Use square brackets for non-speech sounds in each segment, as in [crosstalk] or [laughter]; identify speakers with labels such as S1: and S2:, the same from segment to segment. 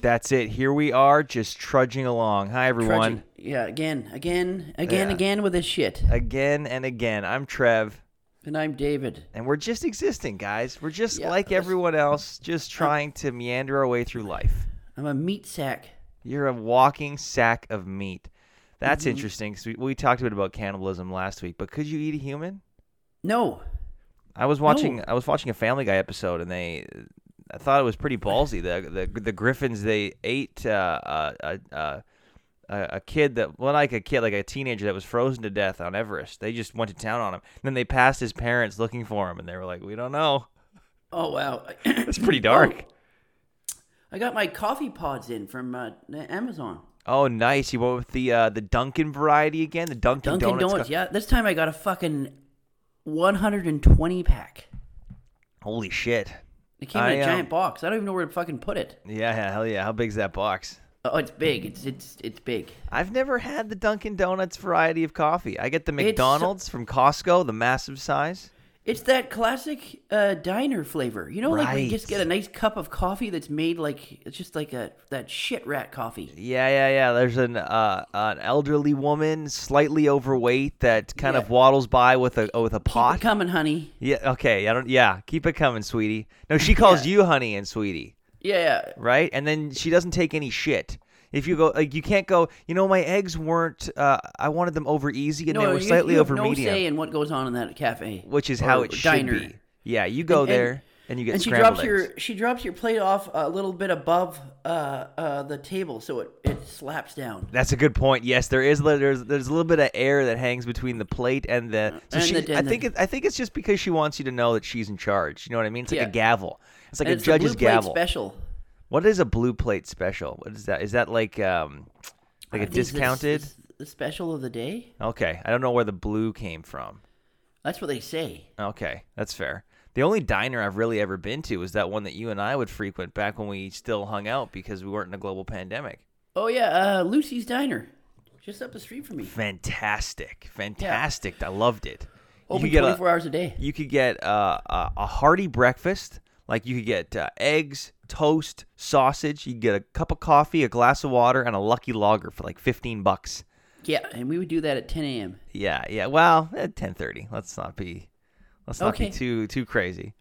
S1: that's it. Here we are, just trudging along. Hi, everyone.
S2: Trudging. Yeah, again, again, again,
S1: Yeah.
S2: again with this shit.
S1: Again and again. I'm Trev,
S2: And I'm David.
S1: and we're just existing, guys. We're just
S2: Yeah,
S1: like
S2: let's-
S1: everyone else, just trying to meander our way through life.
S2: I'm a meat sack.
S1: You're a walking sack of meat.
S2: Mm-hmm.
S1: That's interesting 'cause interesting. we, we talked a bit about cannibalism last week, but could you eat a human?
S2: No.
S1: I was watching.
S2: No.
S1: I was watching a Family Guy episode, and they. I thought it was pretty ballsy. The the, the Griffins they ate uh, uh, uh, uh, a a kid that well, like a kid, like a teenager that was frozen to death on Everest. They just went to town on him. then they passed his parents looking for him, and they were like, "We don't know." [laughs]
S2: Oh wow. [coughs]
S1: It's pretty dark.
S2: I got my coffee pods in from uh, Amazon.
S1: Oh, nice. You went with the uh, the Dunkin' variety again. The Dunkin',
S2: Dunkin'
S1: Donuts.
S2: Donuts.
S1: co-
S2: Yeah, this time I got a fucking 120 pack.
S1: Holy shit.
S2: It came
S1: I,
S2: in a
S1: um,
S2: giant box. I don't even know where to fucking put it.
S1: Yeah, yeah, hell yeah. How big's that box?
S2: Oh, it's big. It's it's it's big.
S1: I've never had the Dunkin' Donuts variety of coffee. I get the
S2: so-
S1: McDonald's from Costco, the massive size.
S2: It's that classic uh, diner flavor. You know, like we
S1: Right.
S2: just get a nice cup of coffee that's made like it's just like a that shit rat coffee.
S1: Yeah, yeah, yeah. There's an uh, an elderly woman, slightly overweight, that kind
S2: Yeah.
S1: of waddles by with a uh, with a
S2: Keep
S1: pot.
S2: it coming, honey.
S1: yeah, okay. I don't. Yeah, keep it coming, sweetie. No, she calls
S2: Yeah.
S1: you honey and sweetie,
S2: Yeah,
S1: right? And then she doesn't take any shit. If you go, like, you can't go. You know, my eggs weren't. Uh, I wanted them over easy, and they were
S2: you-
S1: slightly
S2: you have
S1: over
S2: no
S1: medium,
S2: say in what goes on in that cafe,
S1: which is how
S2: or
S1: it should be. Yeah, you go
S2: And- and-
S1: there and, you get
S2: And she
S1: scrambled
S2: drops
S1: eggs.
S2: your she drops your plate off a little bit above uh, uh, the table, so it, it slaps down.
S1: That's a good point. Yes, there is li- there's there's a little bit of air that hangs between the plate and the. So
S2: And
S1: she,
S2: the-
S1: I
S2: and the-
S1: think it, I think it's just because she wants you to know that she's in charge. You know what I mean? It's like
S2: Yeah.
S1: a gavel. It's like
S2: And
S1: a
S2: it's the
S1: judge's
S2: Blue Plate
S1: gavel.
S2: special.
S1: What is a blue plate special? What is that? Is that like um like
S2: I
S1: a
S2: think it's-
S1: discounted?
S2: it's the special of the day.
S1: Okay, I don't know where the blue came from.
S2: That's what they say.
S1: Okay, that's fair. The only diner I've really ever been to is that one that you and I would frequent back when we still hung out because we weren't in a global pandemic.
S2: Oh yeah, uh, Lucy's Diner, just up the street from me.
S1: Fantastic, fantastic! I loved it. You
S2: Open
S1: could get a-
S2: twenty four hours a day.
S1: You could get uh, a, a hearty breakfast. Like you could get uh, eggs, toast, sausage. You could get a cup of coffee, a glass of water, and a lucky lager for like fifteen bucks.
S2: Yeah, and we would do that at 10 a.m.
S1: Yeah, yeah. Well, at ten thirty. Let's not be, let's not
S2: Okay.
S1: be too too crazy.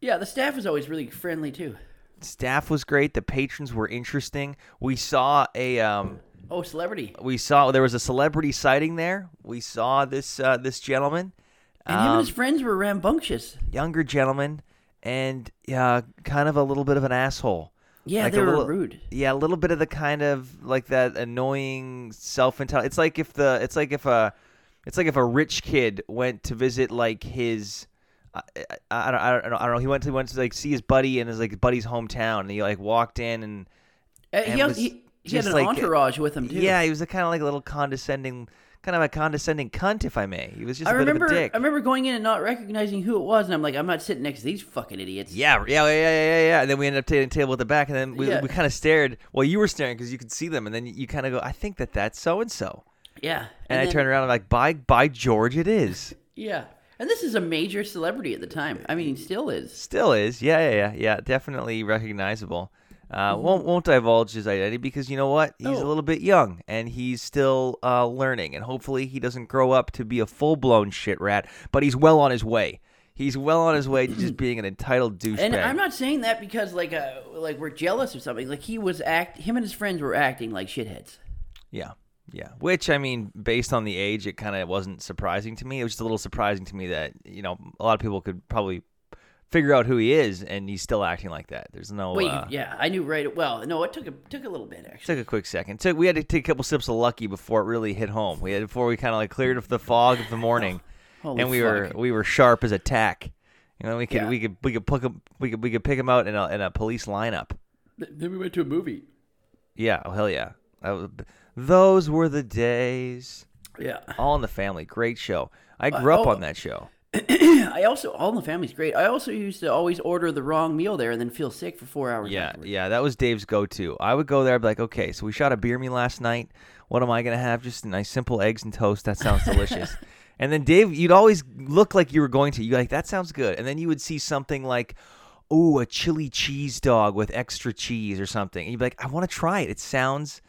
S2: Yeah, the staff was always really friendly too.
S1: Staff was great. The patrons were interesting. We saw a um,
S2: Oh, celebrity.
S1: we saw there was a celebrity sighting there. We saw this uh, this gentleman,
S2: And him and
S1: Um,
S2: his friends were rambunctious.
S1: younger gentleman, and uh, kind of a little bit of an asshole.
S2: Yeah,
S1: like
S2: they
S1: a
S2: were
S1: little-
S2: rude.
S1: Yeah, a little bit of the kind of like that annoying self intel. It's like if the it's like if a it's like if a rich kid went to visit like his. I, I, I don't, I, don't, know, I don't know. He went to went to like see his buddy in his like buddy's hometown, and he like walked in and
S2: Uh, he,
S1: and
S2: al-
S1: was
S2: he, he had
S1: just
S2: an
S1: like-
S2: entourage with him too.
S1: yeah, he was a kind of like a little condescending, kind of a condescending cunt, if I may. He was just
S2: I
S1: a
S2: remember.
S1: bit of a dick.
S2: I remember going in and not recognizing who it was, and I'm like, I'm not sitting next to these fucking idiots.
S1: Yeah, yeah, yeah, yeah, yeah, yeah. And then we ended up taking a table at the back, and then we,
S2: Yeah.
S1: we kind of stared. Well, you were staring because you could see them, and then you kind of go, "I think that that's so and so."
S2: yeah.
S1: And I
S2: then-
S1: turned around, I'm like, "By by George, it is."
S2: Yeah, and this is a major celebrity at the time. I mean, still is.
S1: Still is. Yeah, yeah, yeah, yeah. Definitely recognizable. Uh, won't won't divulge his identity because you know what? He's a
S2: Mm-hmm. Oh.
S1: little bit young and he's still uh, learning, and hopefully he doesn't grow up to be a full blown shit rat. But he's well on his way. He's well on his way to
S2: [clears throat]
S1: just being an entitled douchebag.
S2: And I'm not saying that because like uh, like we're jealous or something. Like he was act. Him and his friends were acting like shitheads.
S1: Yeah. Yeah. Which I mean, based on the age, it kind of wasn't surprising to me. It was just a little surprising to me that, you know, a lot of people could probably figure out who he is and he's still acting like that. There's no
S2: Wait,
S1: uh,
S2: yeah, I knew right. Well, no, it took a took a little bit actually.
S1: Took a quick second. Took we had to take a couple sips of Lucky before it really hit home. We had before we kind of like cleared of the fog of the morning,
S2: [laughs] Holy
S1: and we were
S2: fuck.
S1: we were sharp as a tack. You know, we could
S2: Yeah.
S1: we could we could pick 'em- we could we could pick him out in a in a police lineup.
S2: Then we went to a movie.
S1: Yeah, oh hell yeah. That was- those were the days.
S2: Yeah, [clears throat]
S1: All in the Family, great show. I grew up
S2: oh.
S1: on that show.
S2: I also all in the family's great. I also used to always order the wrong meal there and then feel sick for four hours.
S1: Yeah,
S2: afterwards.
S1: yeah, that was Dave's go-to. I would go there, I'd be like, okay, so we shot a beer me last night. What am I gonna have? Just nice simple eggs and toast. That sounds
S2: [laughs]
S1: delicious. and then Dave, you'd always look like you were going to. You like that sounds good. And then you would see something like, ooh, a chili cheese dog with extra cheese or something. And you'd be like, I want to try it. It sounds.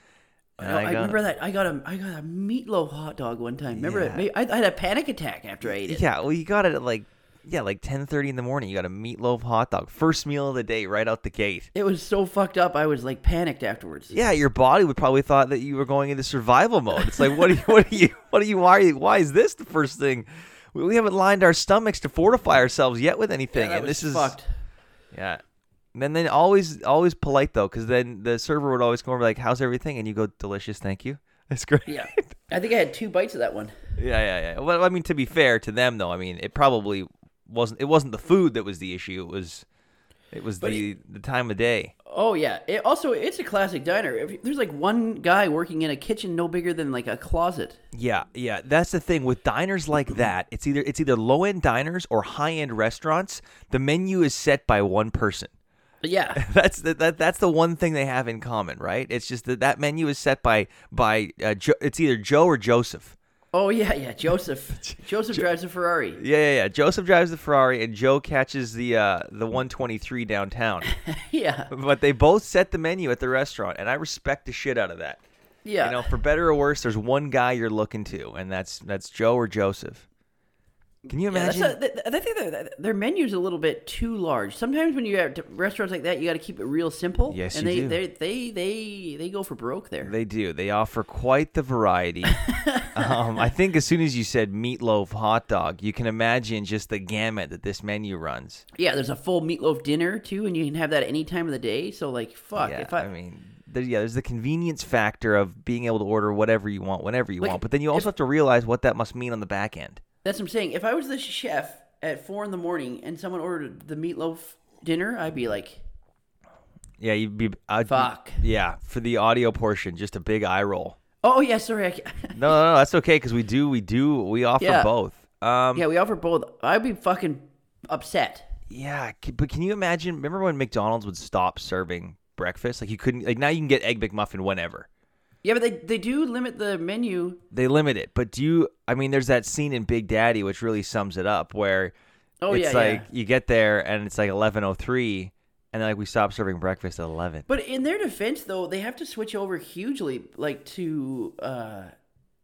S1: And
S2: No, I,
S1: go-
S2: remember that I got a I got a meatloaf hot dog one time. Remember
S1: Yeah.
S2: that? I, I had a panic attack after I ate it.
S1: Yeah, well, you got it at like, yeah, like ten thirty in the morning. You got a meatloaf hot dog, first meal of the day, right out the gate.
S2: It was so fucked up. I was like panicked afterwards.
S1: Yeah, your body would probably thought that you were going into survival mode. It's like, what are you, [laughs] what are you, what are you, why are you, why is this the first thing? We, we haven't lined our stomachs to fortify ourselves yet with anything,
S2: that
S1: and
S2: was
S1: this is
S2: fucked.
S1: yeah. And then, then always, always polite though, because then the server would always come over like, "How's everything?" And you go, "Delicious, thank you." [laughs] That's great.
S2: Yeah, I think I had two bites of that one.
S1: Yeah, yeah, yeah. Well, I mean, to be fair to them, though, I mean, it probably wasn't. It wasn't the food that was the issue. It was, it was the the time of day.
S2: Oh yeah. It, also, it's a classic diner. If, there's like one guy working in a kitchen no bigger than like a closet.
S1: Yeah, yeah. That's the thing with diners
S2: [clears throat]
S1: like that. It's either it's either low end diners or high end restaurants. The menu is set by one person. [laughs]
S2: But yeah,
S1: That's the, that that's the one thing they have in common, right? It's just that that menu is set by by uh, jo- it's either Joe or Joseph.
S2: Oh yeah,
S1: [laughs]
S2: yeah. Joseph. Joseph drives a Ferrari. [laughs]
S1: Yeah, yeah, yeah. Joseph drives the Ferrari and Joe catches the uh, the 123
S2: [laughs]
S1: downtown. [laughs]
S2: Yeah,
S1: but they both set the menu at the restaurant, and I respect the shit out of that.
S2: yeah.
S1: You know, for better or worse, there's one guy you're looking to, and that's that's Joe or Joseph. Can you
S2: Yeah, that's
S1: imagine?
S2: a, th- th- I think their- their- their menu's a little bit too large. Sometimes when you're at restaurants like that, you got to keep it real simple.
S1: Yes,
S2: and
S1: you do.
S2: they, they they they they go for broke there.
S1: They do. They offer quite the
S2: [laughs]
S1: variety. um, I think as soon as you said meatloaf hot dog, you can imagine just the gamut that this menu runs.
S2: yeah, there's a full meatloaf dinner too, and you can have that at any time of the day. So like, fuck.
S1: yeah,
S2: Uh, if I,
S1: mean, there, yeah, there's the convenience factor of being able to order whatever you want, whenever you
S2: Like,
S1: want, but then you also have to realize what that must mean on the back end.
S2: that's what I'm saying. If I was the chef at four in the morning and someone ordered the meatloaf dinner, I'd be like,
S1: Yeah, you'd be I'd, be-
S2: fuck.
S1: Yeah, for the audio portion, just a big eye roll.
S2: Oh yeah, sorry. I ca- [laughs]
S1: No, no, no, that's okay because we do, we do, we offer
S2: Yeah.
S1: both. Um, yeah,
S2: yeah, we offer both. I'd be fucking upset.
S1: c- but can you imagine? Remember when McDonald's would stop serving breakfast? Like you couldn't, like now you can get egg McMuffin whenever.
S2: Yeah, but they they do limit the menu
S1: They limit it, but do you? I mean, there's that scene in Big Daddy which really sums it up, where
S2: Oh,
S1: it's
S2: yeah,
S1: like
S2: yeah.
S1: you get there and it's like 11:03, and like we stop serving breakfast at 11.
S2: But in their defense, though, they have to switch over hugely, like to, uh,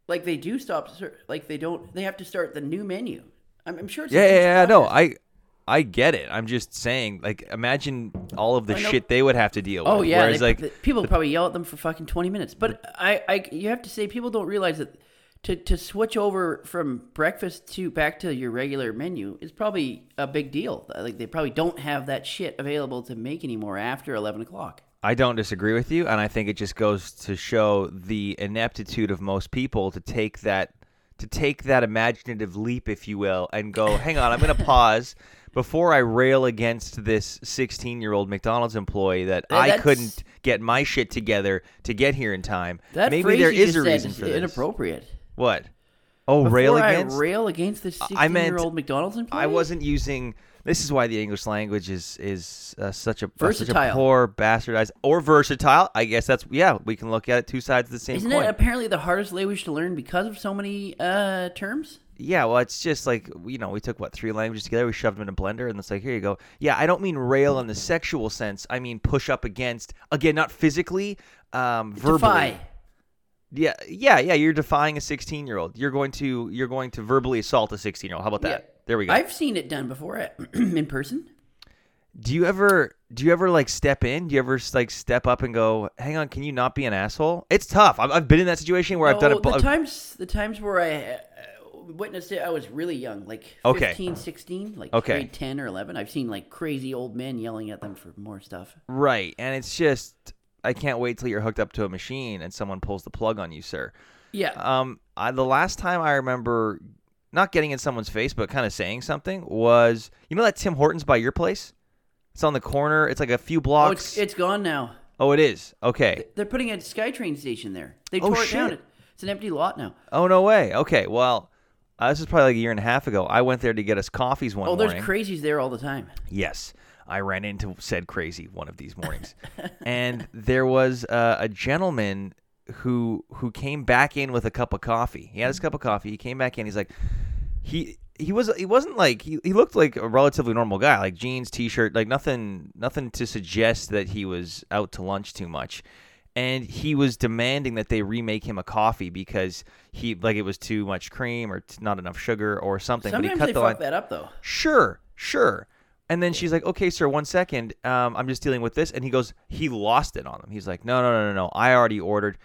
S2: like they do stop, ser- like they don't, they have to start the new menu. I'm, I'm sure. It's a
S1: Yeah,
S2: huge
S1: yeah, yeah. No,
S2: process.
S1: I, I get it. I'm just saying, like, imagine all of the
S2: I know.
S1: shit they would have to deal with.
S2: Oh yeah,
S1: Whereas,
S2: they-
S1: like,
S2: the- people probably yell at them for fucking twenty minutes. But I, I, you have to say people don't realize that to to switch over from breakfast to back to your regular menu is probably a big deal. Like they probably don't have that shit available to make anymore after eleven o'clock.
S1: I don't disagree with you, and I think it just goes to show the ineptitude of most people to take that to take that imaginative leap, if you will, and go, hang on, I'm
S2: [laughs]
S1: gonna pause before I rail against this sixteen year old McDonald's employee that
S2: Uh,
S1: I
S2: that's-
S1: couldn't get my shit together to get here in time.
S2: That
S1: Maybe
S2: phrase
S1: there
S2: you
S1: is
S2: just
S1: a
S2: said
S1: reason
S2: is
S1: for this.
S2: Inappropriate.
S1: What? Oh, rail
S2: Before
S1: against?
S2: I rail against this
S1: I meant-
S2: sixteen-year-old McDonald's employee.
S1: I wasn't using. This is why the English language is is uh, such a such a
S2: Versatile.
S1: poor bastardized or versatile. I guess that's yeah. We can look at it two sides of the same
S2: Isn't
S1: coin.
S2: it apparently the hardest language to learn because of so many uh, terms?
S1: yeah, well, it's just like you know, we took what three languages together, we shoved them in a blender, and it's like here you go. Yeah, I don't mean rail in the sexual sense. I mean push up against again, not physically, um, verbally.
S2: Defy.
S1: Yeah, yeah, yeah. You're defying a 16 year old. You're going to you're going to verbally assault a 16 year old. How about that?
S2: Yeah.
S1: There we go.
S2: I've seen it done before uh, [clears throat] in person.
S1: Do you ever do you ever like step in? Do you ever like step up and go, "Hang on, can you not be an asshole?" It's tough. I've, I've been in that situation where I've done
S2: Oh,
S1: it. bu-
S2: the times the times where I uh, witnessed it, I was really young, like
S1: Okay.
S2: 15, 16, like
S1: Okay.
S2: grade 10 or 11. I've seen like crazy old men yelling at them for more stuff.
S1: right, and it's just I can't wait till you're hooked up to a machine and someone pulls the plug on you, sir.
S2: Yeah.
S1: Um, I, the last time I remember not getting in someone's face, but kind of saying something was, you know, that Tim Hortons by your place. It's on the corner. It's like a few
S2: oh,
S1: blocks.
S2: it's, it's gone now.
S1: oh, it is. Okay.
S2: They're putting a SkyTrain station there. They
S1: Oh,
S2: tore it down.
S1: shit.
S2: It's an empty lot now.
S1: Oh no way. Okay. Well, uh, this is probably like a year and a half ago. I went there to get us coffees one
S2: Oh,
S1: morning.
S2: there's crazies there all the time.
S1: Yes, I ran into said crazy one of these mornings, and there was uh, a gentleman who who came back in with a cup of coffee. He had his cup of coffee. He came back in. He's like, he he was he wasn't like he, he looked like a relatively normal guy like jeans t-shirt like nothing nothing to suggest that he was out to lunch too much and he was demanding that they remake him a coffee because he like it was too much cream or t- not enough sugar or something but he
S2: Sometimes
S1: cut
S2: they
S1: the
S2: fuck
S1: line
S2: that up though.
S1: sure sure and then she's like okay sir one second um, i'm just dealing with this and he goes he lost it on them he's like no no no no no i already ordered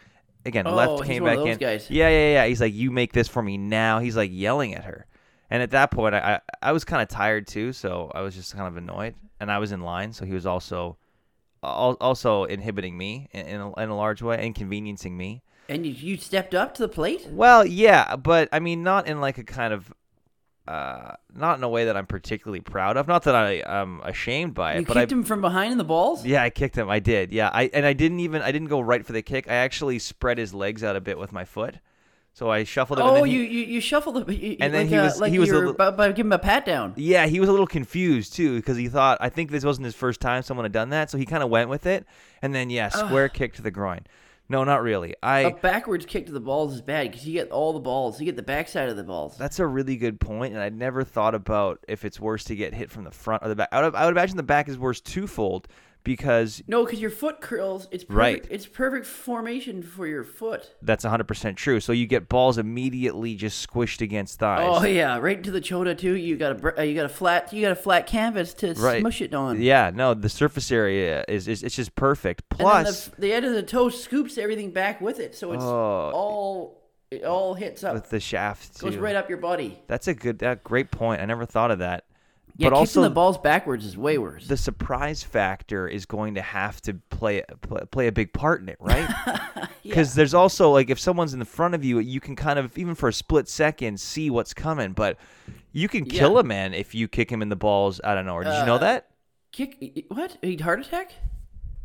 S1: again
S2: Oh,
S1: left
S2: he's
S1: came
S2: one
S1: back
S2: of those
S1: in
S2: guys.
S1: yeah yeah yeah he's like you make this for me now he's like yelling at her and at that point i i, I was kind of tired too so i was just kind of annoyed and i was in line so he was also al- also inhibiting me in, in, a, in a large way inconveniencing me
S2: And you, you stepped up to the plate.
S1: well, yeah, but I mean, not in like a kind of, uh, not in a way that I'm particularly proud of. Not that I am ashamed by it,
S2: You
S1: but I,
S2: kicked him from behind in the balls.
S1: yeah, I kicked him. I did. Yeah, I and I didn't even I didn't go right for the kick. I actually spread his legs out a bit with my foot, so I shuffled him. and
S2: Oh,
S1: then he-
S2: you, you you shuffled the [laughs] you,
S1: And
S2: like,
S1: then he
S2: uh,
S1: was-
S2: like
S1: he was a
S2: you were
S1: little-
S2: about, about to give him a pat down.
S1: Yeah, he was a little confused too because he thought I think this wasn't his first time someone had done that, so he kind of went with it. And then yeah, square kick to the groin. No, not really. I
S2: A backwards kick to the balls is bad because you get all the balls. You get the backside of the balls.
S1: That's a really good point, and I'd never thought about if it's worse to get hit from the front or the back. I would, I would imagine the back is worse twofold because
S2: No, because your foot curls. It's perfect,
S1: Right.
S2: It's perfect formation for your foot.
S1: that's 100% true. So you get balls immediately just squished against thighs.
S2: Oh yeah, right into the chota too. You got a br- uh, you got a flat you got a flat canvas to
S1: Right.
S2: smush it on.
S1: Yeah, no, the surface area is, is it's just perfect.
S2: And
S1: Plus,
S2: then the, the end of the toe scoops everything back with it, so it's
S1: Oh.
S2: all it all hits up,
S1: with the shaft too.
S2: goes right up your body.
S1: That's a good, uh, great point. I never thought of that.
S2: Yeah,
S1: but
S2: kicking
S1: also,
S2: the balls backwards is way worse.
S1: the surprise factor is going to have to play play, play a big part in it, right?
S2: [laughs]
S1: Because there's also like if someone's in the front of you, you can kind of even for a split second see what's coming. But you can kill
S2: Yeah. Uh,
S1: a man if you kick him in the balls. I don't know. Did you know that?
S2: Kick what? A heart attack?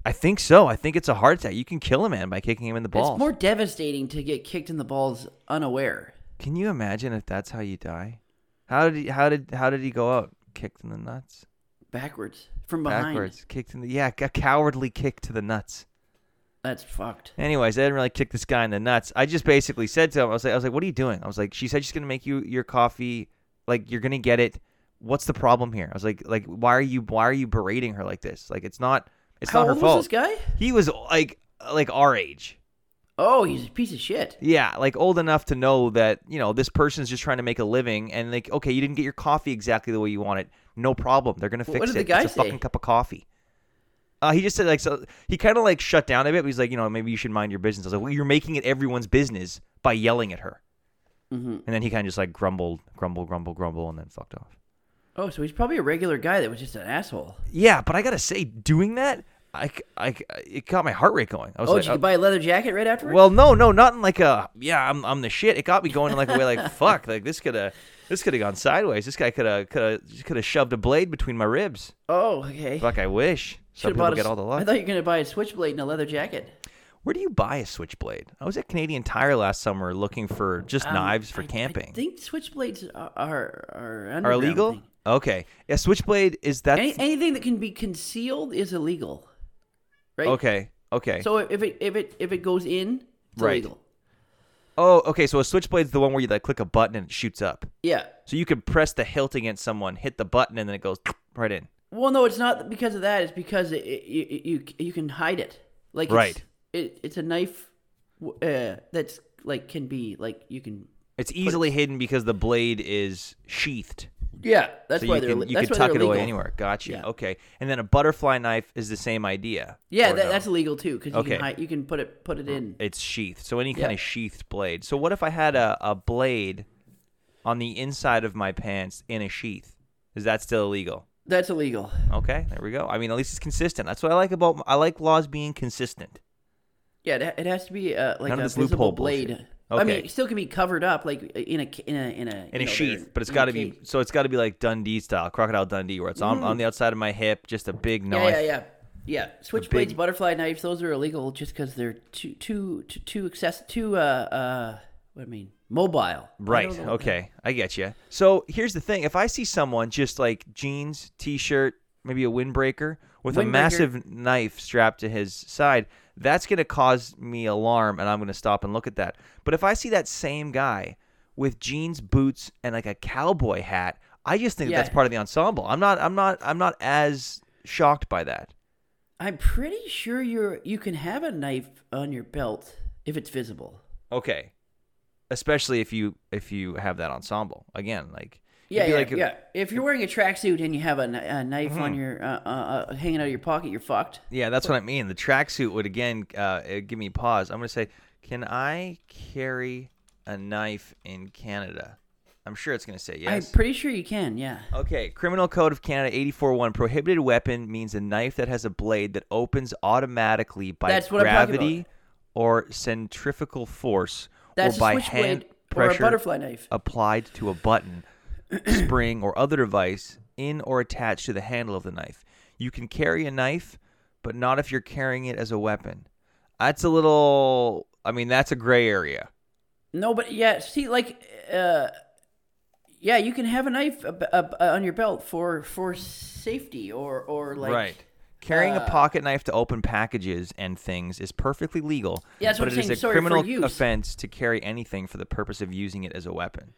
S1: I think so. I think it's a heart attack. You can kill a man by kicking him in the balls.
S2: It's more devastating to get kicked in the balls unaware.
S1: Can you imagine if that's how you die? How did he, how did how did he go out? Kicked in the nuts,
S2: Backwards. From behind.
S1: backwards, kicked in the yeah, a cowardly kick to the nuts.
S2: That's fucked.
S1: Anyways, I didn't really kick this guy in the nuts. I just basically said to him, I was like, I was like, what are you doing? I was like, she said she's gonna make you your coffee. Like you're gonna get it. What's the problem here? I was like, like why are you why are you berating her like this? Like it's not it's
S2: How
S1: not her
S2: old
S1: fault.
S2: was this guy?
S1: He was like like our age.
S2: Oh, he's a piece of shit.
S1: Yeah, like old enough to know that you know this person's just trying to make a living, and like okay, you didn't get your coffee exactly the way you want it. No problem, they're gonna
S2: What
S1: fix
S2: did
S1: it.
S2: the guy
S1: it's a fucking
S2: say?
S1: cup of coffee. Uh, he just said like so. He kind of like shut down a bit. But he's like, you know, maybe you should mind your business. I was like, well, you're making it everyone's business by yelling at her.
S2: Mhm.
S1: And then he kind of just like grumbled, grumble, grumble, grumble, and then fucked off.
S2: Oh, so he's probably a regular guy that was just an asshole.
S1: Yeah, but I gotta say, doing that, I, c- I c- it got my heart rate going. I was
S2: Oh,
S1: like,
S2: did you
S1: uh,
S2: buy a leather jacket right afterwards?
S1: Well, no, no, not in like a yeah, I'm I'm the shit. It got me going in like a way
S2: [laughs]
S1: like fuck, like this could have this could have gone sideways. This guy could have could have could have shoved a blade between my ribs.
S2: oh, okay.
S1: Fuck, I wish. Some
S2: Should've
S1: people
S2: bought a
S1: get
S2: s-
S1: all the
S2: I
S1: luck.
S2: thought you were going to buy a switchblade and a leather jacket.
S1: Where do you buy a switchblade? I was at Canadian Tire last summer looking for just
S2: Um,
S1: knives for
S2: I-
S1: camping.
S2: I think switchblades are are, are,
S1: Are
S2: underground
S1: illegal?
S2: thing.
S1: Okay, yeah, switchblade is that
S2: Any, anything that can be concealed is illegal, right?
S1: okay? Okay.
S2: So if it if it if it goes in, it's
S1: Right.
S2: illegal.
S1: oh, okay. So a switchblade's the one where you like click a button and it shoots up.
S2: Yeah.
S1: So you can press the hilt against someone, hit the button, and then it goes right in.
S2: Well, no, it's not because of that. It's because it, it, you, you you can hide it. Like it's-
S1: Right.
S2: It, it's a knife w- uh, that's like can be like you can.
S1: It's easily hidden because the blade is sheathed.
S2: Yeah, that's
S1: So
S2: why
S1: you
S2: they're
S1: can, you
S2: that's
S1: can
S2: why
S1: tuck
S2: they're
S1: it away
S2: illegal.
S1: anywhere. Gotcha.
S2: Yeah.
S1: Okay. And then a butterfly knife is the same idea.
S2: Yeah,
S1: or
S2: that,
S1: no?
S2: that's illegal too because you
S1: Okay.
S2: can hide, you can put it put it in.
S1: it's sheathed. So any kind
S2: Yeah.
S1: of sheathed blade. So what if I had a, a blade on the inside of my pants in a sheath? Is that still illegal?
S2: That's illegal.
S1: Okay, there we go. I mean, at least it's consistent. That's what I like about I like laws being consistent.
S2: Yeah, it, ha- it has to be uh, like
S1: None
S2: a
S1: of this
S2: visible
S1: loophole
S2: blade.
S1: bullshit.
S2: I mean,
S1: Okay.
S2: it still can be covered up like in a ca- in a in a you
S1: in
S2: know,
S1: a
S2: they're
S1: sheath, but it's
S2: in a
S1: got to be
S2: cage.
S1: so it's got to be like Dundee style, crocodile Dundee, where it's on, on the outside of my hip, just a big knife.
S2: Mm. Yeah, yeah, yeah. Yeah, switchblades,
S1: big-
S2: butterfly knives, those are illegal just because they're too too too, too access too uh uh what do I mean mobile.
S1: Right.
S2: I don't know what
S1: Okay. I get you. So here's the thing: if I see someone just like jeans, t-shirt, maybe a windbreaker with a
S2: Windbreaker.
S1: massive knife strapped to his side, that's gonna cause me alarm, and I'm gonna stop and look at that. But if I see that same guy with jeans, boots, and like a cowboy hat. I just think that that's
S2: Yeah.
S1: part of the ensemble. I'm not. I'm not. I'm not as shocked by that.
S2: I'm pretty sure you're you can have a knife on your belt if it's visible.
S1: Okay, especially if you if you have that ensemble again. Like it'd
S2: Yeah,
S1: be
S2: yeah,
S1: like- Mm-hmm.
S2: yeah. If you're wearing a tracksuit and you have a, kni- a knife on your uh, uh, uh, hanging out of your pocket, you're fucked.
S1: Yeah, that's what I mean. The tracksuit would again uh, it'd give me pause. I'm gonna say, can I carry a knife in Canada? I'm sure it's gonna say yes.
S2: I'm pretty sure you can. Yeah.
S1: Okay, Criminal Code of Canada 84-1. Prohibited weapon means a knife that has a blade that opens automatically by
S2: That's what I'm talking
S1: gravity or centrifugal force
S2: That's
S1: or
S2: a
S1: by hand
S2: switchblade or a
S1: pressure
S2: butterfly knife.
S1: applied to a [clears throat] button, spring, or other device in or attached to the handle of the knife. You can carry a knife, but not if you're carrying it as a weapon. That's a little. I mean, that's a gray area.
S2: No, but yeah, see, like, uh, yeah, you can have a knife ab- ab- on your belt for for safety or or like. uh,
S1: Carrying a pocket knife to open packages and things is perfectly legal,
S2: Yeah, that's
S1: but it
S2: what
S1: is
S2: I'm saying.
S1: a
S2: Sorry, for
S1: criminal
S2: use.
S1: offense to carry anything for the purpose of using it as a weapon.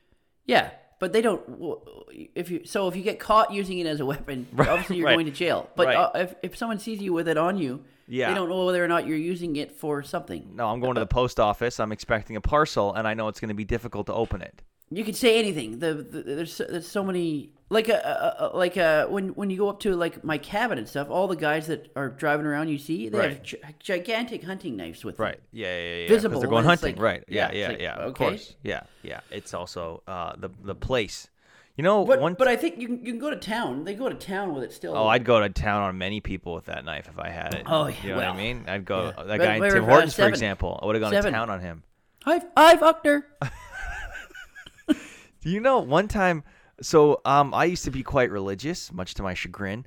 S2: Yeah, but they don't. w- If you so, if you get caught using it as a weapon,
S1: [laughs] Right,
S2: obviously you're
S1: right,
S2: going to jail. But
S1: right.
S2: uh, if if someone sees you with it on you,
S1: Yeah.
S2: they don't know whether or not you're using it for something.
S1: No, I'm going to the post office. I'm expecting a parcel, and I know it's going to be difficult to open it.
S2: You could say anything. The, the there's so- there's so many like a, a, a like a when when you go up to like my cabin and stuff, all the guys that are driving around, you see they have
S1: Right.
S2: gi- gigantic hunting knives with them.
S1: Right. Yeah, yeah, yeah. yeah. 'Cause
S2: visible
S1: They're going
S2: and it's
S1: hunting.
S2: like-
S1: right. Yeah,
S2: yeah,
S1: yeah, yeah.
S2: it's like,
S1: of
S2: okay.
S1: course. Yeah, yeah. It's also uh, the the place. You know,
S2: But,
S1: one.
S2: but I think you can, you can go to town. They go to town with it still.
S1: oh, I'd go to town on many people with that knife if I had it.
S2: Oh,
S1: You
S2: yeah,
S1: know what
S2: well,
S1: I mean? I'd go.
S2: yeah.
S1: That
S2: But
S1: guy in
S2: where-
S1: Tim
S2: uh,
S1: Hortons, for
S2: seven.
S1: example, I would have gone
S2: Seven.
S1: to town on him.
S2: I've I've Uckner.
S1: Do you know one time? So um, I used to be quite religious, much to my chagrin,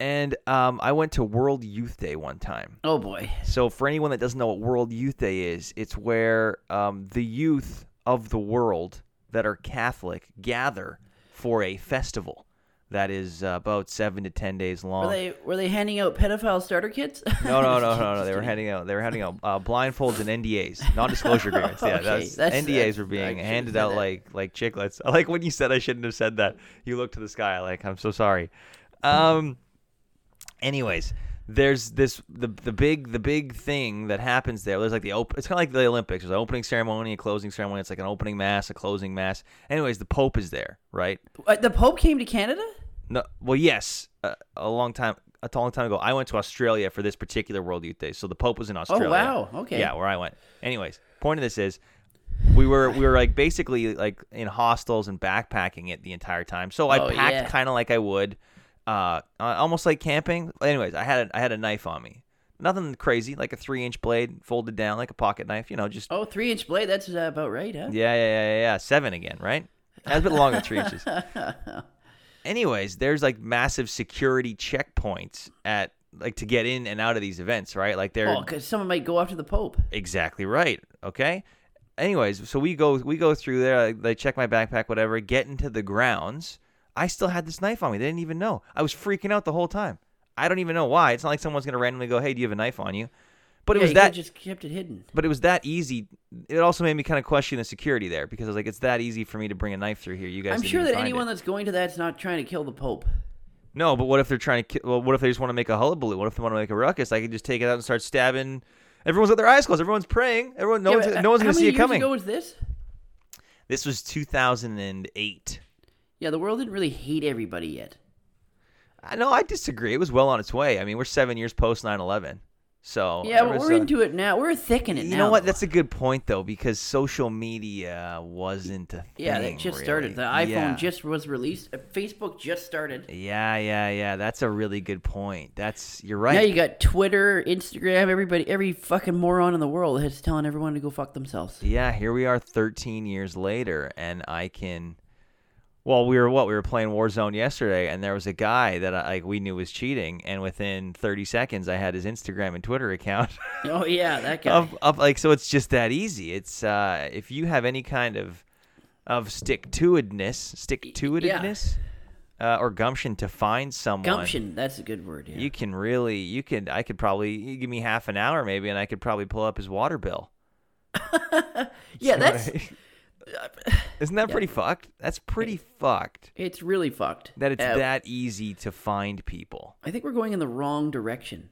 S1: and um, I went to World Youth Day one time.
S2: Oh boy.
S1: So, for anyone that doesn't know what World Youth Day is, it's where um, the youth of the world that are Catholic gather for a festival that is uh, about seven to ten days long.
S2: Were they were they handing out pedophile starter kits?
S1: Oh. No, no, no, no,
S2: [laughs]
S1: no. They were handing out. They were handing out uh, blindfolds and NDAs, non-disclosure
S2: [laughs]
S1: agreements. Yeah,
S2: Okay,
S1: that's,
S2: that's-
S1: NDAs were
S2: that's- I
S1: being
S2: shouldn't
S1: handed
S2: have
S1: out
S2: said that.
S1: like like chiclets. I [laughs] like when you said I shouldn't have said that. You looked to the sky like I'm so sorry. Um. Anyways, there's this the the big the big thing that happens there. There's like the op- it's kind of like the Olympics. There's an opening ceremony, a closing ceremony. It's like an opening mass, a closing mass. Anyways, the Pope is there, right?
S2: Uh, the Pope came to Canada.
S1: No, well, yes, uh, a long time, a long time ago. I went to Australia for this particular World Youth Day, so the Pope was in Australia.
S2: Oh, wow, okay.
S1: yeah, where I went. Anyways, point of this is, we were we were like basically like in hostels and backpacking it the entire time. So I
S2: Oh,
S1: packed
S2: yeah.
S1: kind of like I would, uh, uh, almost like camping. Anyways, I had a, I had a knife on me, nothing crazy, like a three inch blade folded down like a pocket knife, you know, just
S2: Oh, three inch blade. That's uh, about right, huh?
S1: yeah, yeah, yeah, yeah, yeah. Seven again, right? That's a bit longer than three
S2: [laughs]
S1: inches. Anyways, there's like massive security checkpoints at like to get in and out of these events, right? Like they're
S2: Oh, because someone might go after the Pope.
S1: exactly right. Okay. Anyways, so we go we go through there. like, They check my backpack, whatever. Get into the grounds. I still had this knife on me. They didn't even know. I was freaking out the whole time. I don't even know why. It's not like someone's gonna randomly go, "Hey, do you have a knife on you?" But it
S2: Yeah,
S1: was
S2: you
S1: that
S2: could've just kept it hidden.
S1: but it was that easy. It also made me kind of question the security there because I was like, it's that easy for me to bring a knife through here. You guys,
S2: I'm
S1: didn't
S2: sure
S1: even
S2: that
S1: find
S2: anyone
S1: it.
S2: that's going to that's not trying to kill the Pope.
S1: No, but what if they're trying to? Ki- well, what if they just want to make a hullabaloo? What if they want to make a ruckus? I could just take it out and start stabbing. Everyone's with their eyes closed. Everyone's praying. Everyone, no
S2: Yeah,
S1: one's,
S2: but, uh,
S1: no one's
S2: how
S1: gonna
S2: many
S1: see it
S2: years
S1: coming.
S2: Ago was this?
S1: This was 2008.
S2: Yeah, the world didn't really hate everybody yet.
S1: I know. I disagree. It was well on its way. I mean, we're seven years post 9/11, so
S2: Yeah, but
S1: everyone's,
S2: we're
S1: uh,
S2: into it now. We're thick in it
S1: You
S2: now.
S1: know what?
S2: though.
S1: That's a good point though, because social media wasn't a
S2: yeah, that
S1: thing,
S2: just
S1: really.
S2: started. The iPhone
S1: Yeah.
S2: just was released. Uh, Facebook just started.
S1: Yeah, yeah, yeah. That's a really good point. That's you're right.
S2: Now you got Twitter, Instagram, everybody, every fucking moron in the world is telling everyone to go fuck themselves.
S1: yeah, here we are 13 years later and I can well, we were what? We were playing Warzone yesterday and there was a guy that I, like we knew was cheating and within 30 seconds I had his Instagram and Twitter account [laughs]
S2: Oh yeah, that guy.
S1: up up like so it's just that easy. It's uh if you have any kind of of stick-to-itness, stick-to-itness uh, or gumption to find someone
S2: Gumption. That's a good word. Yeah.
S1: you can really you could i could probably you give me half an hour maybe and i could probably pull up his water bill [laughs]
S2: [laughs] yeah, [laughs] that's
S1: Isn't that pretty fucked? That's pretty fucked
S2: It's really fucked.
S1: that it's
S2: Uh,
S1: that easy to find people.
S2: I think we're going in the wrong direction.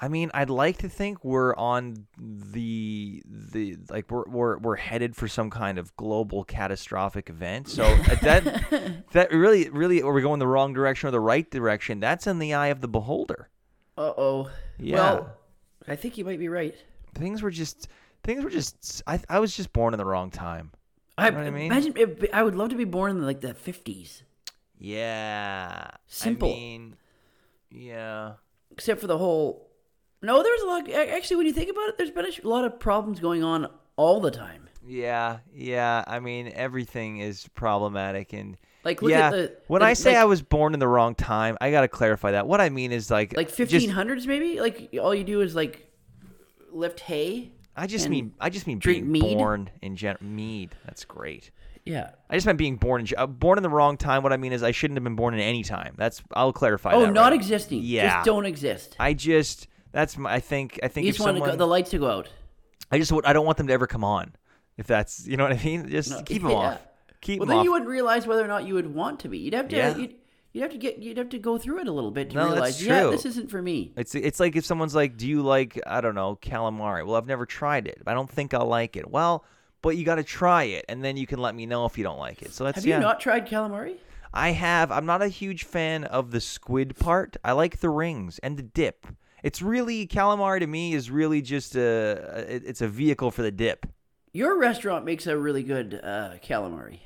S1: I mean, I'd like to think we're on the the like we're we're we're headed for some kind of global catastrophic event. So uh, that
S2: [laughs]
S1: that really really are we going the wrong direction or the right direction? That's in the eye of the beholder.
S2: Uh oh.
S1: Yeah.
S2: Well, I think you might be right.
S1: Things were just things were just I I was just born in the wrong time.
S2: I,
S1: know what I mean?
S2: imagine if, I would love to be born in like the fifties,
S1: Yeah.
S2: Simple.
S1: I mean, yeah.
S2: except for the whole. No, there's a lot. a- Actually, when you think about it, there's been a sh- lot of problems going on all the time.
S1: Yeah, yeah. I mean, everything is problematic, and
S2: Like, look
S1: yeah.
S2: at the-
S1: when
S2: the-
S1: I say
S2: like-
S1: I was born in the wrong time, I gotta clarify that. What I mean is like,
S2: Like
S1: just-
S2: fifteen hundreds, maybe. Like all you do is like lift hay.
S1: I just mean, I just mean
S2: drink
S1: being
S2: mead?
S1: born in gen- mead. That's great.
S2: Yeah.
S1: I just meant being born in gen- uh, born in the wrong time. What I mean is I shouldn't have been born in any time. That's I'll clarify.
S2: Oh,
S1: that, right?
S2: not existing.
S1: Yeah.
S2: Just don't exist.
S1: I just that's my, I think I think
S2: you
S1: if
S2: just want
S1: someone
S2: to go, the lights to go out.
S1: I just would- I don't want them to ever come on. If that's you know what I mean, just
S2: No, [laughs]
S1: keep them
S2: yeah.
S1: off. Keep
S2: Well,
S1: them
S2: then
S1: off.
S2: you wouldn't realize whether or not you would want to be. You'd have to.
S1: Yeah.
S2: You'd, you'd have to get. You'd have to go through it a little bit to
S1: No,
S2: realize.
S1: that's
S2: Yeah,
S1: true.
S2: this isn't for me.
S1: It's it's like if someone's like, "Do you like I don't know calamari?" Well, I've never tried it. I don't think I'll like it. Well, but you got to try it, and then you can let me know if you don't like it. So that's
S2: Have
S1: yeah.
S2: you not tried calamari?
S1: I have. I'm not a huge fan of the squid part. I like the rings and the dip. It's really calamari to me is really just a it- it's a vehicle for the dip.
S2: Your restaurant makes a really good uh, calamari.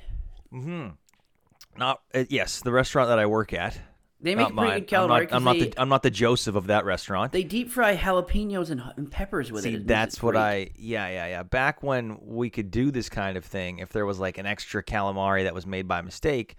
S1: Not uh, yes, the restaurant that I work at.
S2: They make
S1: not
S2: a pretty
S1: mine.
S2: good calamari
S1: I'm not, I'm
S2: because
S1: not
S2: they,
S1: the I'm not the Joseph of that restaurant.
S2: they deep fry jalapenos and, and peppers with it.
S1: See,
S2: It makes
S1: that's
S2: it
S1: what
S2: great.
S1: I yeah yeah yeah. Back when we could do this kind of thing, if there was like an extra calamari that was made by mistake,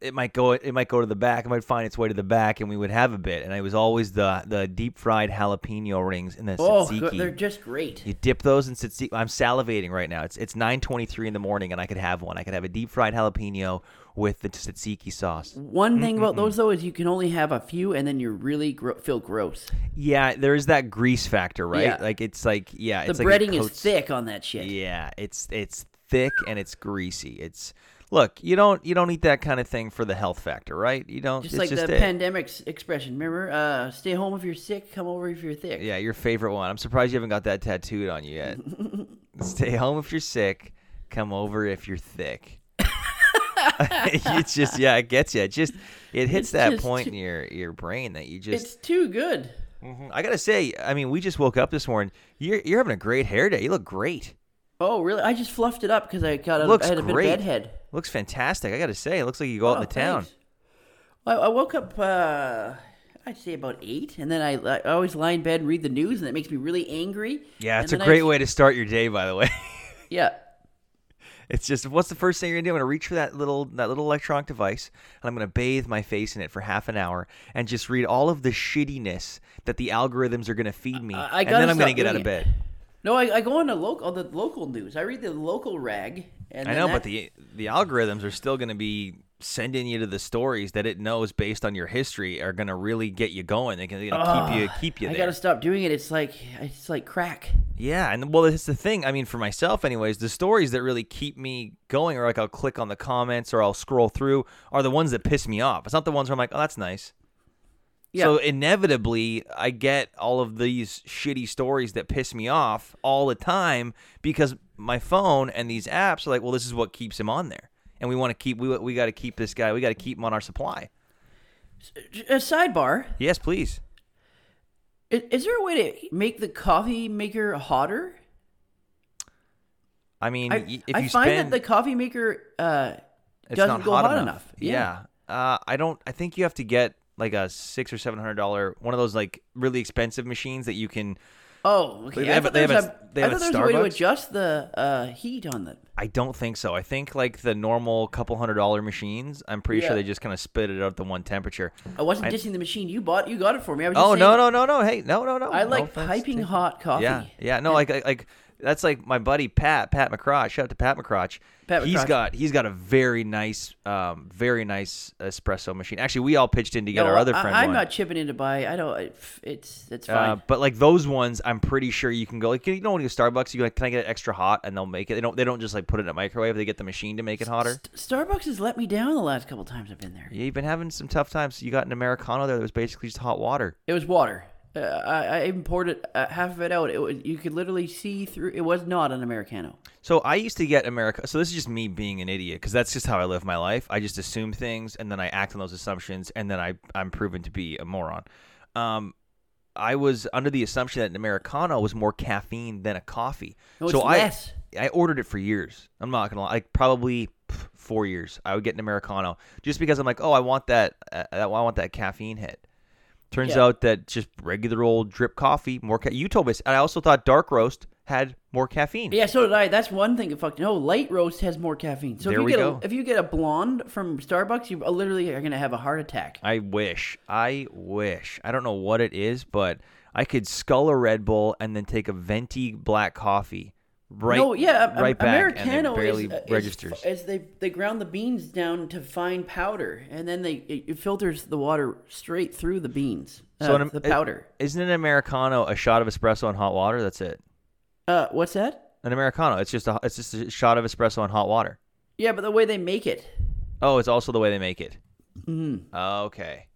S1: it might go it might go to the back. It might find its way to the back, and we would have a bit. And it was always the the deep fried jalapeno rings in the
S2: Oh,
S1: tzatziki.
S2: they're just great.
S1: You dip those in tzatziki. I'm salivating right now. It's it's 9:23 in the morning, and I could have one. I could have a deep fried jalapeno with the tzatziki sauce.
S2: One thing about those though is you can only have a few, and then you really gro- feel gross.
S1: Yeah, there is that grease factor, right?
S2: Yeah.
S1: Like it's like yeah,
S2: The
S1: it's like it
S2: breading is
S1: coats-
S2: thick on that shit.
S1: Yeah, it's it's thick and it's greasy. It's look, you don't you don't eat that kind of thing for the health factor, right? You don't.
S2: Just
S1: it's
S2: like
S1: just
S2: the
S1: it.
S2: pandemic's expression. Remember, uh, stay home if you're sick, come over if you're thick.
S1: Yeah, your favorite one. I'm surprised you haven't got that tattooed on you
S2: [laughs]
S1: yet. Stay home if you're sick. Come over if you're thick. [laughs] it's just yeah, it gets you. It just it hits
S2: [laughs] It's
S1: that
S2: just
S1: point
S2: too-
S1: in your your brain that you just. Mm-hmm.
S2: It's too good.
S1: I gotta say, I mean, we just woke up this morning. You're you're having a great hair day. You look great.
S2: Oh, really? I just fluffed it up because I got a,
S1: Looks
S2: I had a
S1: great.
S2: bit of bedhead.
S1: Looks fantastic. I gotta say, it looks like you go out in
S2: Oh,
S1: the town.
S2: thanks. I, I woke up, uh, I'd say about eight, and then I, I always lie in bed and read the news, and it makes me really angry.
S1: Yeah,
S2: And
S1: it's a
S2: then I
S1: great
S2: just-
S1: way to start your day. By the way, [laughs]
S2: Yeah.
S1: it's just what's the first thing you're gonna do? I'm gonna reach for that little that little electronic device, and I'm gonna bathe my face in it for half an hour and just read all of the shittiness that the algorithms are gonna feed me,
S2: I- I
S1: and
S2: gotta
S1: then I'm gonna
S2: stop
S1: get out of
S2: doing it.
S1: bed.
S2: No, I, I go on the local, the local news. I read the local rag. And
S1: I
S2: then
S1: know,
S2: that-
S1: but the the algorithms are still gonna be sending you to the stories that it knows based on your history are gonna really get you going. They're gonna, keep you keep you
S2: I
S1: there.
S2: gotta stop doing it. It's like it's like crack.
S1: Yeah, and well, it's the thing. I mean, for myself, anyways, the stories that really keep me going, or like I'll click on the comments, or I'll scroll through, are the ones that piss me off. It's not the ones where I'm like, oh, that's nice.
S2: Yeah.
S1: So inevitably, I get all of these shitty stories that piss me off all the time because my phone and these apps are like, well, this is what keeps him on there, and we want to keep we we got to keep this guy, we got to keep him on our supply.
S2: A sidebar.
S1: Yes, please.
S2: Is, is there a way to make the coffee maker hotter?
S1: I mean,
S2: I,
S1: y- if
S2: I
S1: you
S2: find
S1: spend,
S2: that the coffee maker uh,
S1: it's
S2: doesn't
S1: not
S2: go
S1: hot,
S2: hot enough.
S1: Yeah.
S2: Yeah.
S1: Uh, I don't. I think you have to get like a six or seven hundred dollar one of those like really expensive machines that you can.
S2: oh okay.
S1: They
S2: I
S1: have
S2: thought
S1: a- they
S2: there
S1: have
S2: was
S1: a-
S2: a-
S1: they
S2: I
S1: have a
S2: thought there was a way to
S1: Starbucks?
S2: adjust the uh, heat on them.
S1: I don't think so. I think like the normal couple hundred dollar machines. I'm pretty
S2: Yeah.
S1: sure they just kind of spit it out the one temperature.
S2: I wasn't dissing the machine you bought. You got it for me. I was. Just
S1: Oh
S2: saying,
S1: no no no no! Hey no no no!
S2: I
S1: no
S2: like
S1: offense
S2: piping
S1: taken.
S2: hot coffee.
S1: Yeah yeah no like like. like that's like my buddy Pat, Pat McCrotch. Shout out to Pat McCrotch.
S2: Pat
S1: He's
S2: McCrotch.
S1: got he's got a very nice, um, very nice espresso machine. Actually, we all pitched in to get
S2: No,
S1: our other
S2: I-
S1: friend
S2: I'm
S1: one.
S2: not chipping in to buy. I don't. I- It's it's fine.
S1: Uh, but like those ones, I'm pretty sure you can go. Like you know when you go to Starbucks, you go like, can I get it extra hot, and they'll make it. They don't. They don't just like put it in a microwave. They get the machine to make it hotter.
S2: St- Starbucks has let me down the last couple times I've been there.
S1: Yeah, you've been having some tough times. You got an americano there that was basically just hot water.
S2: It was water. Uh, I, I even poured it uh, half of it out. It was you could literally see through. It was not an americano.
S1: So I used to get America. So this is just me being an idiot because that's just how I live my life. I just assume things and then I act on those assumptions and then I I'm proven to be a moron. Um, I was under the assumption that an americano was more caffeine than a coffee.
S2: No, it's
S1: so [laughs]
S2: less.
S1: I I ordered it for years. I'm not gonna lie, like probably pff, four years. I would get an americano just because I'm like, oh, I want that. Uh, I want that caffeine hit. Turns
S2: Yeah.
S1: out that just regular old drip coffee more. Ca- you told me, this, and I also thought dark roast had more caffeine.
S2: Yeah, so did I. That's one thing. that Fucked. No, light roast has more caffeine. So
S1: There
S2: if you
S1: we
S2: get
S1: go.
S2: A, if you get a blonde from Starbucks, you literally are gonna have a heart attack.
S1: I wish. I wish. I don't know what it is, but I could scull a Red Bull and then take a venti black coffee. Right.
S2: no, yeah, a- a-
S1: right back, and
S2: Americano
S1: it barely
S2: is, uh,
S1: registers.
S2: Is, is they they ground the beans down to fine powder, and then they it, it filters the water straight through the beans.
S1: So
S2: uh,
S1: an-
S2: the powder.
S1: Isn't an americano a shot of espresso and hot water? That's it.
S2: uh, what's that?
S1: An americano. It's just a. It's just a shot of espresso and hot water.
S2: Yeah, but the way they make it.
S1: Oh, it's also the way they make it.
S2: Mm.
S1: Okay.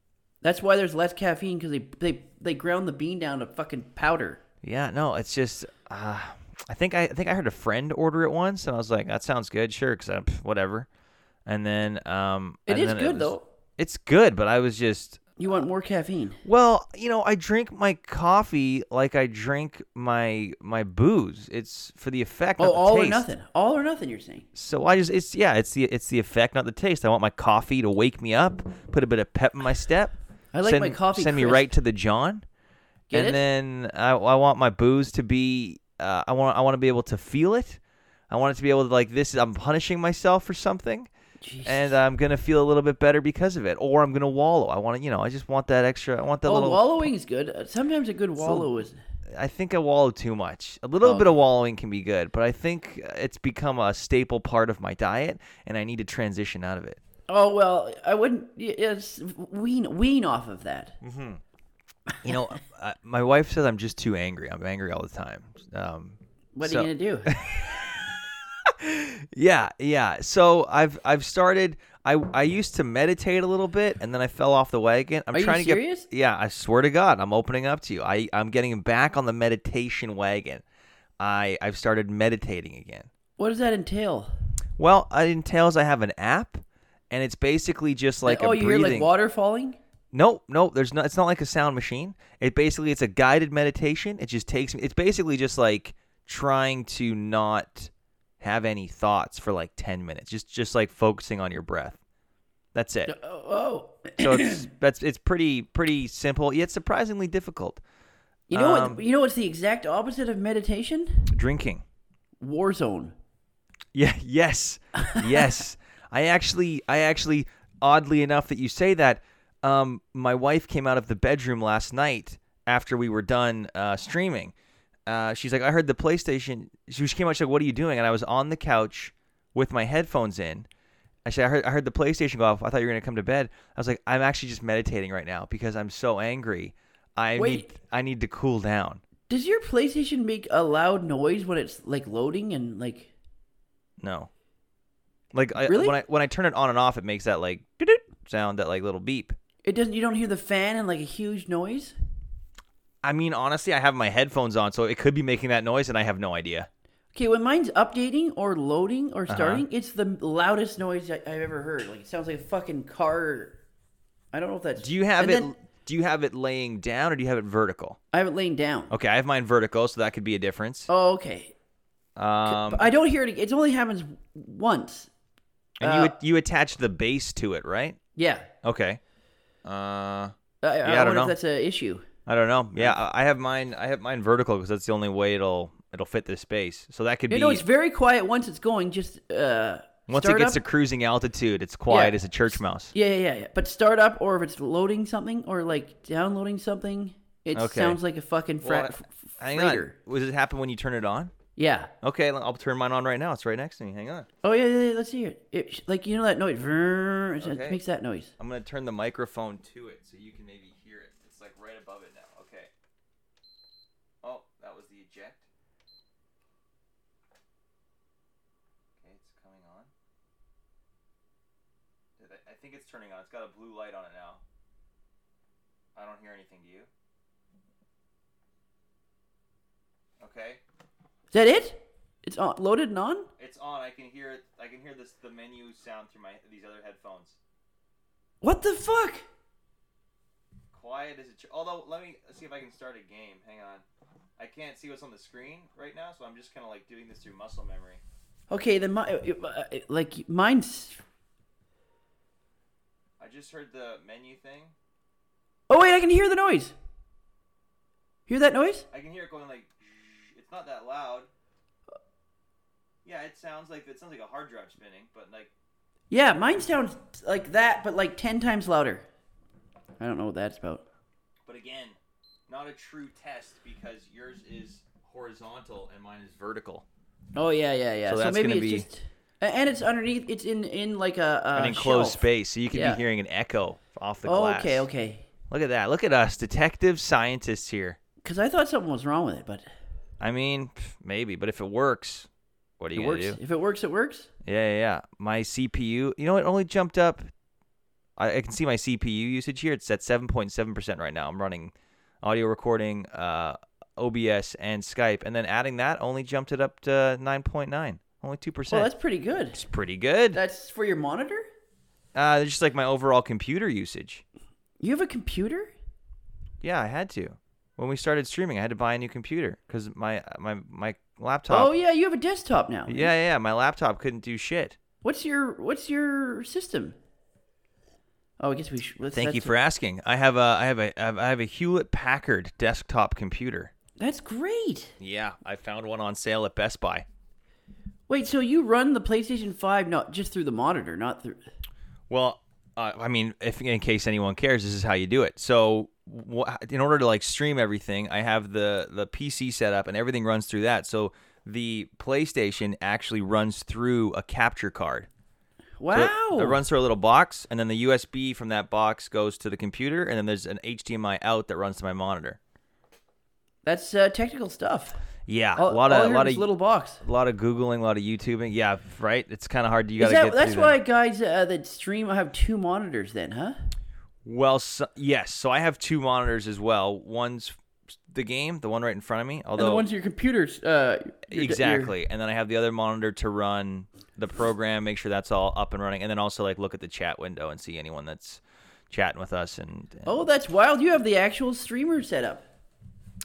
S2: That's why there's less caffeine because they, they they ground the bean down to fucking powder.
S1: Yeah. No, it's just. Uh, I think I, I think I heard a friend order it once, and I was like, "That sounds good, sure." Because whatever. And then um,
S2: It
S1: and
S2: is
S1: then
S2: good
S1: was-
S2: though.
S1: It's good, but I was just
S2: You want more caffeine?
S1: Well, you know, I drink my coffee like I drink my my booze. It's for the effect. not
S2: Oh,
S1: the
S2: all or
S1: taste.
S2: nothing. All or nothing. You're saying.
S1: So I just it's yeah, it's the it's the effect, not the taste. I want my coffee to wake me up, put a bit of pep in my step.
S2: I like
S1: send,
S2: my coffee
S1: Send me
S2: crisp.
S1: right to the John.
S2: Get
S1: and
S2: it?
S1: then I, I want my booze to be. Uh, I want I want to be able to feel it. I want it to be able to like this. I'm punishing myself for something,
S2: Jeez.
S1: and I'm gonna feel a little bit better because of it. Or I'm gonna wallow. I want to you know I just want that extra. I want that
S2: Well,
S1: little.
S2: wallowing's Oh, good. Uh, Sometimes a good wallow is.
S1: I think I wallow too much. A little
S2: Oh,
S1: bit of wallowing can be good, but I think uh, it's become a staple part of my diet, and I need to transition out of it.
S2: Oh well, I wouldn't. y- Yes, wean wean off of that.
S1: You
S2: [laughs]
S1: know, uh, my wife says I'm just too angry. I'm angry all the time. Um,
S2: What
S1: So-
S2: are you
S1: [laughs]
S2: gonna do?
S1: yeah, yeah. So I've I've started. I I used to meditate a little bit, and then I fell off the wagon. I'm
S2: Are you
S1: trying to
S2: serious?
S1: get. Yeah, I swear to God, I'm opening up to you. I I'm getting back on the meditation wagon. I I've started meditating again.
S2: what does that entail?
S1: Well, it entails I have an app, and it's basically just like
S2: oh,
S1: a
S2: you
S1: breathing.
S2: hear like water falling.
S1: Nope, nope. There's no. It's not like a sound machine. It basically it's a guided meditation. It just takes me. It's basically just like trying to not have any thoughts for like ten minutes. Just just like focusing on your breath. That's it.
S2: Oh, oh.
S1: So
S2: [coughs]
S1: it's that's it's pretty pretty simple yet surprisingly difficult.
S2: you know
S1: um,
S2: what? You know what's the exact opposite of meditation?
S1: Drinking.
S2: War zone.
S1: Yeah. Yes.
S2: [laughs]
S1: Yes. I actually, I actually, oddly enough, that you say that. Um, my wife came out of the bedroom last night after we were done uh, streaming. Uh, she's like, I heard the PlayStation. She came out. She's like, What are you doing? And I was on the couch with my headphones in. I said, I heard, I heard the PlayStation go off. I thought you were gonna come to bed. I was like, I'm actually just meditating right now because I'm so angry. I need,
S2: Wait.
S1: I need to cool down.
S2: Does your PlayStation make a loud noise when it's like loading and like?
S1: No. Like I,
S2: Really?
S1: when I when I turn it on and off, it makes that like doot-doot sound, that like little beep.
S2: It doesn't. You don't hear the fan and like a huge noise.
S1: I mean, honestly, I have my headphones on, so it could be making that noise, and I have no idea.
S2: Okay, when mine's updating or loading
S1: Uh-huh.
S2: or starting, it's the loudest noise I, I've ever heard. Like it sounds like a fucking car. I don't know if that's.
S1: Do you have
S2: and
S1: it?
S2: then
S1: do you have it laying down, or do you have it vertical?
S2: I have it laying down.
S1: Okay, I have mine vertical, so that could be a difference.
S2: Oh, okay.
S1: Um,
S2: But I don't hear it. It only happens once.
S1: and you
S2: uh,
S1: you attach the base to it, right?
S2: Yeah.
S1: Okay. Uh,
S2: I, I,
S1: I don't
S2: wonder
S1: know.
S2: if that's an issue.
S1: I don't know. Yeah, I I have mine. I have mine vertical because that's the only way it'll it'll fit this space. So that could
S2: You
S1: be
S2: know, it's very quiet once it's going. Just uh,
S1: once it
S2: start
S1: gets
S2: up-
S1: to cruising altitude, it's quiet
S2: Yeah.
S1: as a church mouse.
S2: Yeah, yeah, yeah, yeah. But start up, or if it's loading something, or like downloading something, it
S1: Okay.
S2: sounds like a fucking fra-
S1: Well,
S2: f- f-
S1: hang
S2: freighter.
S1: on. Was it happen when you turn it on?
S2: Yeah.
S1: Okay, I'll turn mine on right now. It's right next to me. Hang on.
S2: Oh yeah, yeah, yeah, let's hear it. it. Like you know that noise. Vrrr, it
S1: Okay.
S2: makes that noise.
S1: I'm gonna turn the microphone to it so you can maybe hear it. It's like right above it now. Okay. Oh, that was the eject. Okay, it's coming on. Did I, I think it's turning on. It's got a blue light on it now. I don't hear anything. Do you? Okay,
S2: Is that it? It's on, loaded and on.
S1: it's on. I can hear it. I can hear this the menu sound through my these other headphones.
S2: What the fuck?
S1: quiet as a ch- although let me see if i can start a game hang on i can't see what's on the screen right now so i'm just kind of like doing this through muscle memory
S2: Okay, then my it- uh, it- like mine's.
S1: i just heard the menu thing
S2: Oh wait, I can hear the noise. Hear that noise?
S1: i can hear it going like it's not that loud yeah it sounds like it sounds like a hard drive spinning but like
S2: Yeah, mine sounds like that, but like ten times louder. I don't know what that's about.
S1: but again not a true test because yours is horizontal and mine is vertical
S2: Oh yeah, yeah, yeah.
S1: So
S2: So,
S1: that's
S2: maybe
S1: gonna
S2: it's
S1: be-
S2: just, a- and it's underneath. It's in in like a, a
S1: an enclosed
S2: Uh, shelf.
S1: space so you could
S2: Yeah.
S1: be hearing an echo off the
S2: Oh,
S1: glass
S2: okay, okay.
S1: look at that look at us detective scientists here
S2: Because I thought something was wrong with it, but
S1: I mean, pff, maybe, but if it works, what are you
S2: it
S1: gonna
S2: works.
S1: do?
S2: If it works, it works.
S1: Yeah, yeah, yeah. My CPU, you know, it only jumped up. I, I can see my CPU usage here. It's at seven point seven percent right now. I'm running audio recording, uh, OBS, and Skype, and then adding that only jumped it up to nine point nine. Only two
S2: Well,
S1: percent.
S2: that's pretty good.
S1: It's pretty good.
S2: That's for your monitor.
S1: Uh, it's just like my overall computer usage.
S2: You have a computer?
S1: Yeah, I had to. When we started streaming, I had to buy a new computer because my uh, my my laptop.
S2: Oh yeah, you have a desktop now.
S1: yeah, yeah, yeah. My laptop couldn't do shit.
S2: What's your What's your system? Oh, I guess we should. Let's,
S1: Thank you
S2: that's-
S1: for asking. I have a I have a I have- I have a Hewlett Packard desktop computer.
S2: That's great.
S1: Yeah, I found one on sale at Best Buy.
S2: Wait, so you run the PlayStation Five not just through the monitor, not through?
S1: Well, uh, I mean, if in case anyone cares, this is how you do it. So, wha in order to like stream everything, I have the the PC set up and everything runs through that. So the PlayStation actually runs through a capture card. So it-
S2: Wow.
S1: It, runs through a little box, and then the USB from that box goes to the computer, and then there's an HDMI out that runs to my monitor.
S2: That's uh, technical stuff.
S1: Yeah,
S2: All,
S1: a lot
S2: all I
S1: of a
S2: heard
S1: lot
S2: was
S1: of
S2: little box.
S1: A lot of googling, a lot of YouTubing. Yeah, right. It's kind of hard. You got
S2: Is
S1: to
S2: that,
S1: get.
S2: that's
S1: through
S2: why
S1: That.
S2: guys uh, that stream have two monitors, then, huh?
S1: Well, so, yes. So I have two monitors as well. One's the game, the one right in front of me. Although
S2: and the ones your computers. Uh, your- your-
S1: exactly, and then I have the other monitor to run the program, make sure that's all up and running, and then also like look at the chat window and see anyone that's chatting with us. And, and
S2: oh, that's wild! You have the actual streamer setup.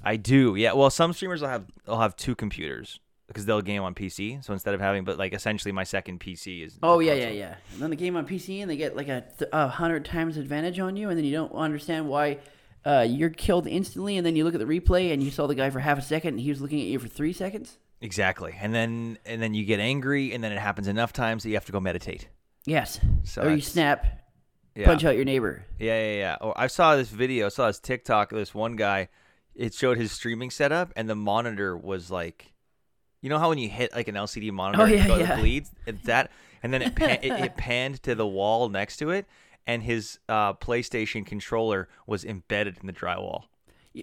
S1: I do. Yeah. Well, some streamers will have will have two computers because they'll game on PC. So instead of having, but like essentially my second PC is.
S2: Oh
S1: the
S2: yeah,
S1: console.
S2: yeah, yeah. And then the game on PC, and they get like a, th- a hundred times advantage on you, and then you don't understand why uh, you're killed instantly, and then you look at the replay, and you saw the guy for half a second, and he was looking at you for three seconds.
S1: Exactly, and then and then you get angry, and then it happens enough times that you have to go meditate.
S2: Yes.
S1: So
S2: or you
S1: that's-
S2: snap,
S1: Yeah.
S2: punch out your neighbor.
S1: Yeah, yeah, yeah. Oh, I saw this video. I saw this TikTok. of This one guy, it showed his streaming setup, and the monitor was like, you know how when you hit like an LCD monitor,
S2: Oh,
S1: and it
S2: yeah,
S1: goes-
S2: yeah.
S1: it bleeds.
S2: [laughs]
S1: It's that, and then it, pan- it it panned to the wall next to it, and his uh, PlayStation controller was embedded in the drywall.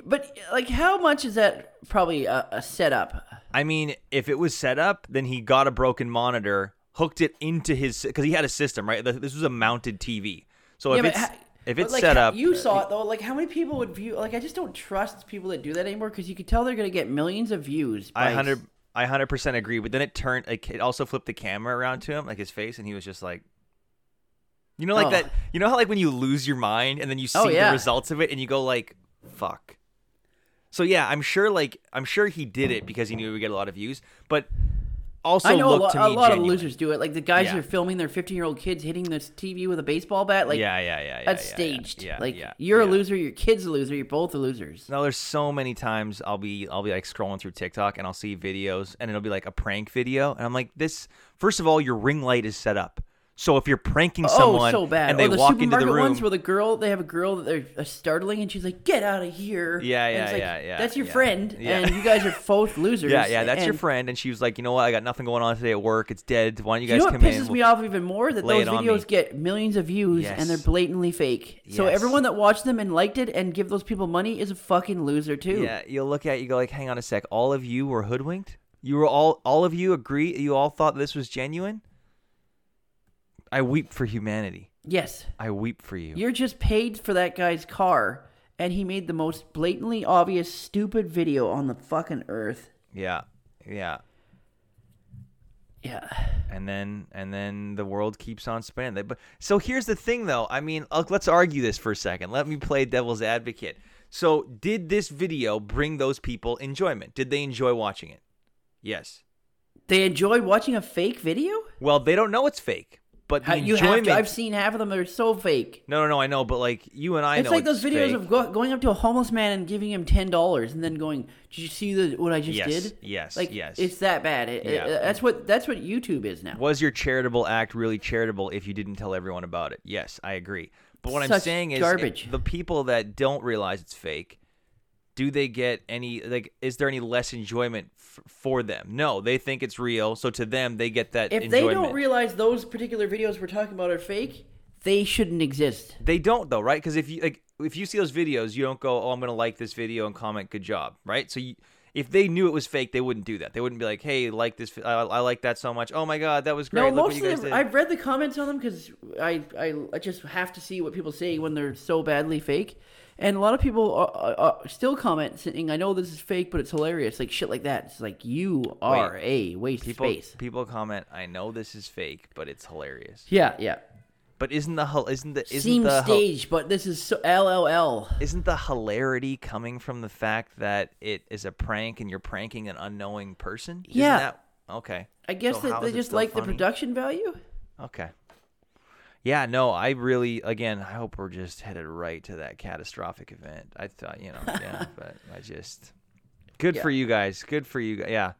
S2: But like, how much is that? Probably a, a setup.
S1: I mean, if it was set up, then he got a broken monitor, hooked it into his because he had a system, right? This was a mounted TV. So if
S2: but
S1: it's
S2: ha-
S1: if
S2: but,
S1: it's
S2: like,
S1: set
S2: how-
S1: up,
S2: You saw it though. Like, how many people would view? Like, I just don't trust people that do that anymore because you could tell they're gonna get millions of views.
S1: I
S2: by-
S1: hundred I hundred percent agree. But then it turned like it also flipped the camera around to him, like his face, and he was just like You know like
S2: Oh.
S1: that you know how like when you lose your mind and then you see
S2: Oh, yeah.
S1: the results of it and you go like fuck. So yeah, I'm sure like I'm sure he did it because he knew he would get a lot of views, but also
S2: I know a,
S1: looked
S2: lo-
S1: to
S2: a
S1: me
S2: lot
S1: genuine.
S2: of losers do it. Like the guys
S1: Yeah.
S2: who are filming their 15 year old kids hitting this TV with a baseball bat. Like
S1: yeah, yeah, yeah, yeah.
S2: that's
S1: yeah, yeah,
S2: staged.
S1: Yeah,
S2: like
S1: yeah,
S2: you're a
S1: yeah.
S2: loser, your kid's a loser, you're both are losers.
S1: No, there's so many times I'll be I'll be like scrolling through TikTok and I'll see videos and it'll be like a prank video and I'm like this first of all your ring light is set up. So if you're pranking someone
S2: oh, so bad.
S1: and they
S2: or the
S1: walk into
S2: supermarket
S1: the room,
S2: ones where the girl, they have a girl that they're uh, startling, and she's like, "Get out of here!"
S1: Yeah,
S2: And
S1: yeah,
S2: it's like,
S1: yeah, yeah,
S2: That's your
S1: yeah.
S2: friend,
S1: Yeah.
S2: and you guys are both
S1: [laughs]
S2: losers.
S1: yeah, yeah, that's your
S2: and-
S1: friend. And she was like, you know what? I got nothing going on today at work. It's dead. Why don't you
S2: You
S1: guys
S2: know what
S1: come in?
S2: pisses
S1: We'll-
S2: me off even more that
S1: lay
S2: those
S1: it on me.
S2: videos get millions of views
S1: Yes.
S2: and they're blatantly fake. So
S1: Yes.
S2: everyone that watched them and liked it and give those people money is a fucking loser too.
S1: Yeah, you'll look at it, you go like, hang on a sec. All of you were hoodwinked. You were all all of you agree. You all thought this was genuine. I weep for humanity.
S2: Yes,
S1: I weep for you.
S2: you're just paid for that guy's car, and he made the most blatantly obvious stupid video on the fucking earth.
S1: yeah, yeah.
S2: Yeah,
S1: And then and then the world keeps on spinning. They- But so here's the thing, though. I mean, uh, let's argue this for a second. Let me play devil's advocate. So, did this video bring those people enjoyment? Did they enjoy watching it? Yes.
S2: they enjoyed watching a fake video.
S1: Well, they don't know it's fake, but the
S2: How- you have
S1: enjoyment.
S2: to, I've seen half of them. They're so fake.
S1: no, no, no. I know, but like you and I
S2: it's
S1: know
S2: like those videos
S1: fake.
S2: of go, going up to a homeless man and giving him ten dollars, and then going, "Did you see the, what I just
S1: Yes,
S2: did?"
S1: yes,
S2: like
S1: yes.
S2: it's that bad. It, it-
S1: Yeah.
S2: that's what that's what YouTube is now.
S1: Was your charitable act really charitable if you didn't tell everyone about it? Yes, I agree. But what I'm
S2: Such
S1: saying is
S2: garbage.
S1: it- the people that don't realize it's fake, do they get any like is there any less enjoyment f- for them? No, they think it's real, so to them they get that
S2: If they
S1: enjoyment.
S2: don't realize those particular videos we're talking about are fake, they shouldn't exist.
S1: They don't though, right? Because if you like, if you see those videos, you don't go, "Oh, I'm gonna like this video and comment, good job," right? So you, if they knew it was fake, they wouldn't do that. They wouldn't be like, "Hey, like this, vi- I, I like that so much. Oh my god, that was great.
S2: No,
S1: Look
S2: most
S1: what
S2: of
S1: you guys
S2: them.
S1: did."
S2: I've read the comments on them because I, I I just have to see what people say when they're so badly fake, and a lot of people are, are, are still comment saying, "I know this is fake, but it's hilarious." Like shit, like that. It's like you are a waste of
S1: people,
S2: space.
S1: people comment, "I know this is fake, but it's hilarious."
S2: Yeah, yeah.
S1: But isn't the hil- isn't the isn't
S2: Seems
S1: the hil-
S2: staged, but this is so LLL.
S1: isn't the hilarity coming from the fact that it is a prank and you're pranking an unknowing person? Isn't
S2: Yeah.
S1: that- okay.
S2: I guess
S1: So
S2: that
S1: how
S2: they
S1: is it
S2: just
S1: still
S2: like the
S1: funny?
S2: production value.
S1: Okay. Yeah, no, I really, again, I hope we're just headed right to that catastrophic event. I thought, you know,
S2: [laughs]
S1: yeah, but I just, good for you guys. Good for you guys. Yeah.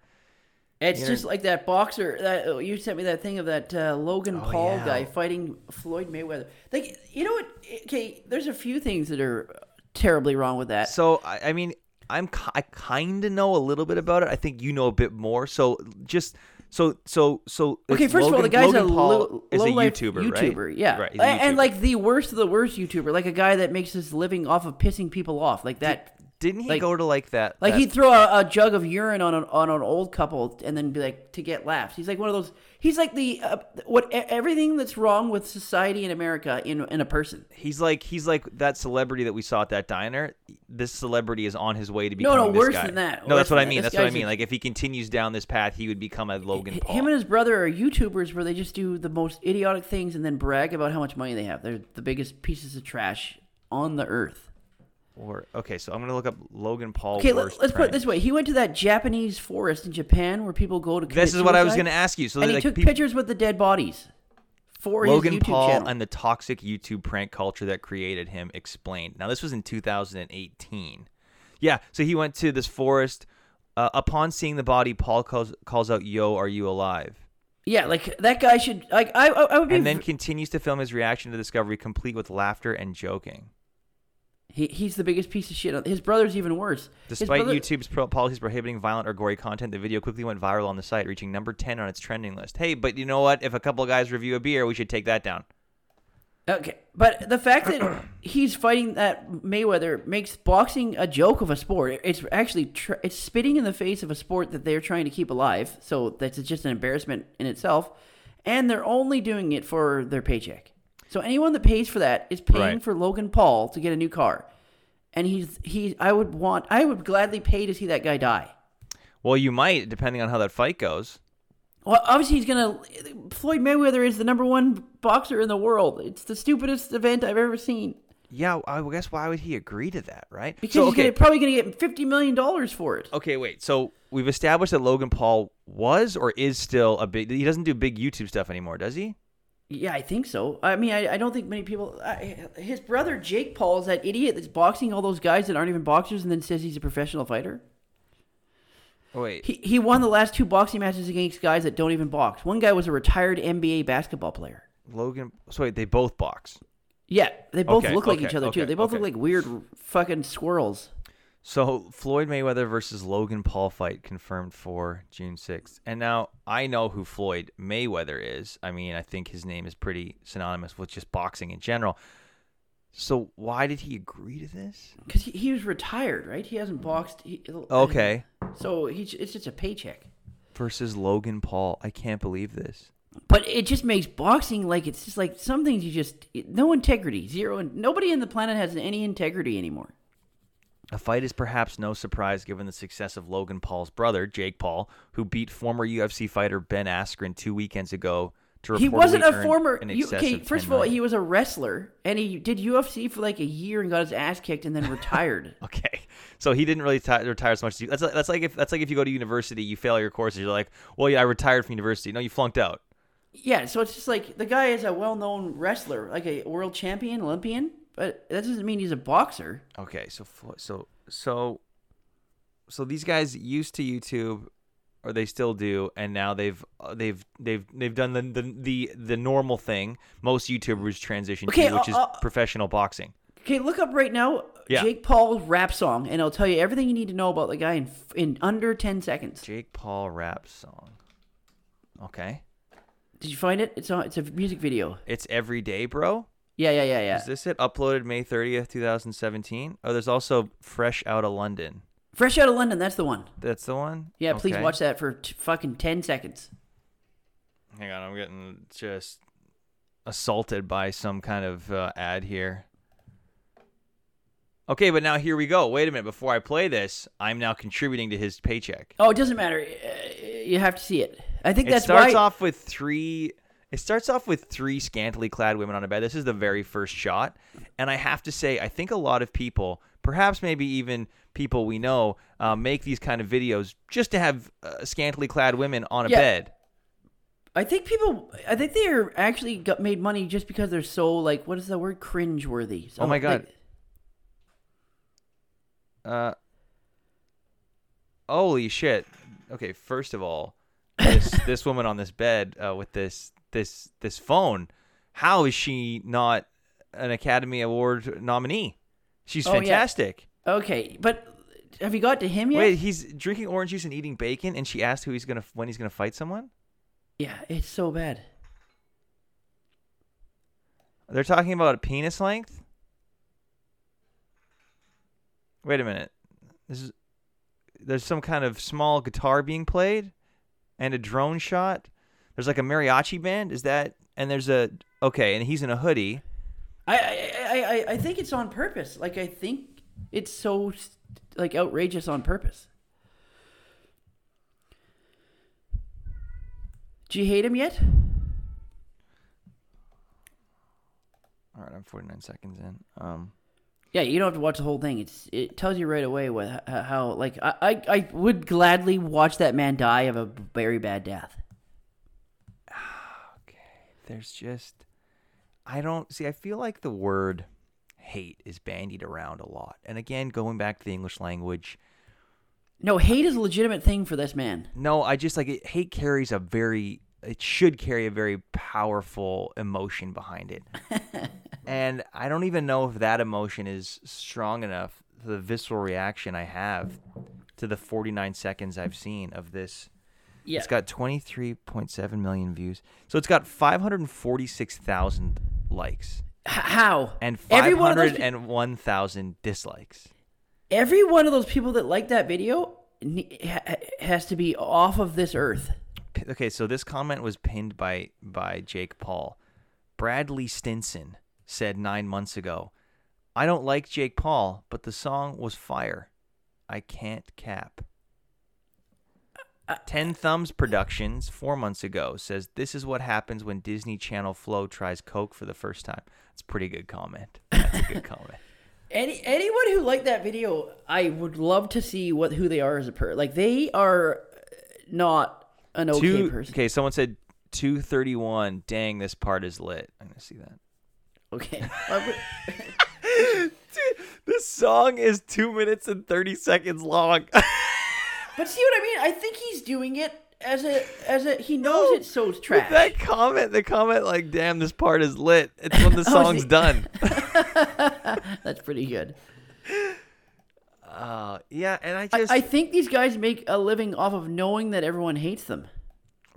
S2: It's
S1: You know-
S2: just like that boxer that oh, you sent me that thing of that uh, Logan
S1: Oh,
S2: Paul
S1: yeah.
S2: guy fighting Floyd Mayweather. Like you know what? Okay, there's a few things that are terribly wrong with that.
S1: So, I, I mean, I'm, ki- I kind of know a little bit about it. I think you know a bit more. So just, so, so, so.
S2: Okay,
S1: it's
S2: first
S1: Logan,
S2: of all, the guy's
S1: Logan
S2: a
S1: Paul
S2: low,
S1: is a
S2: low-life
S1: YouTuber, right?
S2: YouTuber, yeah,
S1: Right. he's
S2: A-
S1: a
S2: and
S1: YouTuber.
S2: like the worst of the worst YouTuber, like a guy that makes his living off of pissing people off, like that.
S1: didn't he
S2: like-
S1: go to like that?
S2: Like
S1: that-
S2: he'd throw a, a jug of urine on an on an old couple and then be like to get laughs. He's like one of those. He's like the uh, what e- everything that's wrong with society in America in in a person.
S1: He's like he's like that celebrity that we saw at that diner. This celebrity is on his way to
S2: No,
S1: becoming
S2: no,
S1: this
S2: worse
S1: guy.
S2: than that.
S1: No,
S2: Worse
S1: that's what
S2: than
S1: I
S2: that.
S1: mean.
S2: This
S1: That's what I
S2: guy's
S1: mean.
S2: a-
S1: Like if he continues down this path, he would become a Logan
S2: H-
S1: Paul.
S2: Him and his brother are YouTubers where they just do the most idiotic things and then brag about how much money they have. They're the biggest pieces of trash on the earth.
S1: or okay, so I'm gonna look up Logan Paul.
S2: Okay, let,
S1: worst
S2: let's put it
S1: prank.
S2: this way. He went to that Japanese forest in Japan where people go to.
S1: This
S2: commit
S1: is what I was
S2: suicide,
S1: gonna ask you. So
S2: And
S1: that,
S2: he
S1: like,
S2: took
S1: peop-
S2: pictures with the dead bodies for
S1: Logan
S2: his YouTube
S1: Paul
S2: channel.
S1: and the toxic YouTube prank culture that created him explained. Now, this was in 2018. Yeah, so he went to this forest. Uh, upon seeing the body, Paul calls, calls out, Yo, are you alive?
S2: yeah, like that guy should. Like I, I, I would be.
S1: And then continues to film his reaction to the discovery, complete with laughter and joking.
S2: he, he's the biggest piece of shit. His brother's even worse. His
S1: Despite
S2: brother-
S1: YouTube's pro- policies prohibiting violent or gory content, the video quickly went viral on the site, reaching number 10 on its trending list. Hey, but you know what? If a couple of guys review a beer, we should take that down.
S2: Okay, but the fact that he's fighting that Mayweather makes boxing a joke of a sport. It's actually tr- it's spitting in the face of a sport that they're trying to keep alive. So that's just an embarrassment in itself, and they're only doing it for their paycheck. So anyone that pays for that is paying
S1: Right.
S2: for Logan Paul to get a new car, and he's he. I would want. I would gladly pay to see that guy die.
S1: Well, you might, depending on how that fight goes.
S2: Well, obviously he's gonna. Floyd Mayweather is the number one boxer in the world. It's the stupidest event I've ever seen.
S1: Yeah, I guess why would he agree to that, right?
S2: Because
S1: so,
S2: he's
S1: okay,
S2: gonna, probably going to get fifty million dollars for it.
S1: okay, wait. So we've established that Logan Paul was or is still a big. He doesn't do big YouTube stuff anymore, does he?
S2: Yeah, I think so. I mean, I, I don't think many people. I, his brother Jake Paul is that idiot that's boxing all those guys that aren't even boxers, and then says he's a professional fighter.
S1: Oh, wait.
S2: He he won the last two boxing matches against guys that don't even box. One guy was a retired NBA basketball player.
S1: Logan. So wait, they both box.
S2: Yeah, they both
S1: Okay,
S2: look like each
S1: okay,
S2: other too.
S1: okay,
S2: They both
S1: okay.
S2: look like weird fucking squirrels.
S1: So Floyd Mayweather versus Logan Paul fight confirmed for June 6th. And now I know who Floyd Mayweather is. I mean, I think his name is pretty synonymous with just boxing in general. So why did he agree to this?
S2: Because he, he was retired, right? He hasn't boxed. He,
S1: Okay.
S2: So he, it's just a paycheck.
S1: Versus Logan Paul. I can't believe this.
S2: But it just makes boxing like it's just like some things you just no integrity, zero, and nobody on the planet has any integrity anymore.
S1: A fight is perhaps no surprise given the success of Logan Paul's brother, Jake Paul, who beat former UFC fighter Ben Askren two weekends ago to
S2: He
S1: reportedly
S2: wasn't a
S1: earn
S2: former.
S1: an
S2: you- okay,
S1: excessive
S2: first
S1: 10
S2: of all,
S1: million.
S2: he was a wrestler, and he did UFC for like a year and got his ass kicked, and then
S1: [laughs]
S2: retired.
S1: [laughs] Okay, so he didn't really ti retire as much. As you, that's like, that's like if that's like if you go to university, you fail your courses. You're like, well, yeah, I retired from university. No, you flunked out.
S2: yeah, so it's just like the guy is a well-known wrestler, like a world champion, Olympian, but that doesn't mean he's a boxer.
S1: Okay, so Flo- so so so these guys used to YouTube, or they still do, and now they've uh, they've they've they've done the the the, the normal thing most YouTubers transition
S2: Okay,
S1: to, which is
S2: uh, uh,
S1: professional boxing.
S2: Okay, look up right now
S1: Yeah.
S2: Jake Paul rap song, and I'll tell you everything you need to know about the guy in in under ten seconds.
S1: Jake Paul rap song. Okay,
S2: Did you find it? It's on. It's a music video.
S1: it's every day, bro.
S2: Yeah, yeah, yeah, yeah.
S1: Is this it? Uploaded May 30th, 2017. Oh, there's also Fresh Out of London.
S2: Fresh out of London. That's the one.
S1: That's the one?
S2: Yeah, please
S1: Okay.
S2: watch that for t- fucking ten seconds.
S1: Hang on, I'm getting just assaulted by some kind of uh, ad here. Okay, but now here we go. Wait a minute. Before I play this, I'm now contributing to his paycheck.
S2: Oh, it doesn't matter. Uh, You have to see it. I think
S1: It
S2: that's
S1: starts
S2: why.
S1: off with three. It starts off with three scantily clad women on a bed. This is the very first shot, and I have to say, I think a lot of people, perhaps maybe even people we know, uh, make these kind of videos just to have uh, scantily clad women on a
S2: Yeah.
S1: bed.
S2: I think people. I think they are actually got made money just because they're so like what is the word cringeworthy. So,
S1: Oh my God.
S2: like-
S1: Uh, holy shit! Okay, first of all,
S2: [laughs]
S1: this this woman on this bed uh, with this this this phone, how is she not an Academy Award nominee? She's
S2: Oh, yeah.
S1: fantastic.
S2: okay, but have you got to him yet?
S1: Wait, he's drinking orange juice and eating bacon, and she asked who he's gonna when he's gonna fight someone.
S2: Yeah, it's so bad.
S1: They're talking about a penis length. Wait a minute. This is there's some kind of small guitar being played and a drone shot. There's like a mariachi band. Is that and there's a okay, and he's in a hoodie.
S2: I I, I- I I think it's on purpose. Like I think it's so like outrageous on purpose. Do you hate him yet?
S1: All right, I'm 49 seconds in. Um
S2: Yeah, you don't have to watch the whole thing. It's it tells you right away what h- how like I I, I would gladly watch that man die of a very bad death.
S1: there's just I don't see I feel like the word hate is bandied around a lot. And again, going back to the English language,
S2: No, hate is a legitimate thing for this man.
S1: No, I just like it, hate carries a very it should carry a very powerful emotion behind
S2: [laughs]
S1: it. and I don't even know if that emotion is strong enough the visceral reaction I have to the 49 seconds I've seen of this.
S2: Yeah.
S1: It's got 23.7 million views. So it's got 546,000 likes
S2: H- how?
S1: and
S2: every one of those pe-
S1: 501,000 dislikes.
S2: every one of those people that liked that video ne- ha- has to be off of this earth.
S1: P- okay, so this comment was pinned by by Jake Paul. Bradley Stinson said nine months ago, "I don't like Jake Paul, but the song was fire. I can't cap." Ten Thumbs Productions four months ago says this is what happens when Disney Channel Flow tries Coke for the first time. It's a pretty good comment. That's a good comment.
S2: Any anyone who liked that video, I would love to see what who they are as a per. Like they are not an okay
S1: Two-
S2: person.
S1: okay, someone said two thirty one. Dang, this part is lit. I'm gonna see that. [laughs]
S2: Okay. Why would-
S1: This song is two minutes and thirty seconds long. [laughs]
S2: but see what I mean? I think he's doing it as a as a he knows it's so trash.
S1: That comment, the comment, like, damn, this part is lit. It's
S2: [laughs]
S1: when the song's
S2: Oh, see.
S1: done.
S2: That's pretty good.
S1: Uh, yeah, and I
S2: I,
S1: just
S2: I think these guys make a living off of knowing that everyone hates them.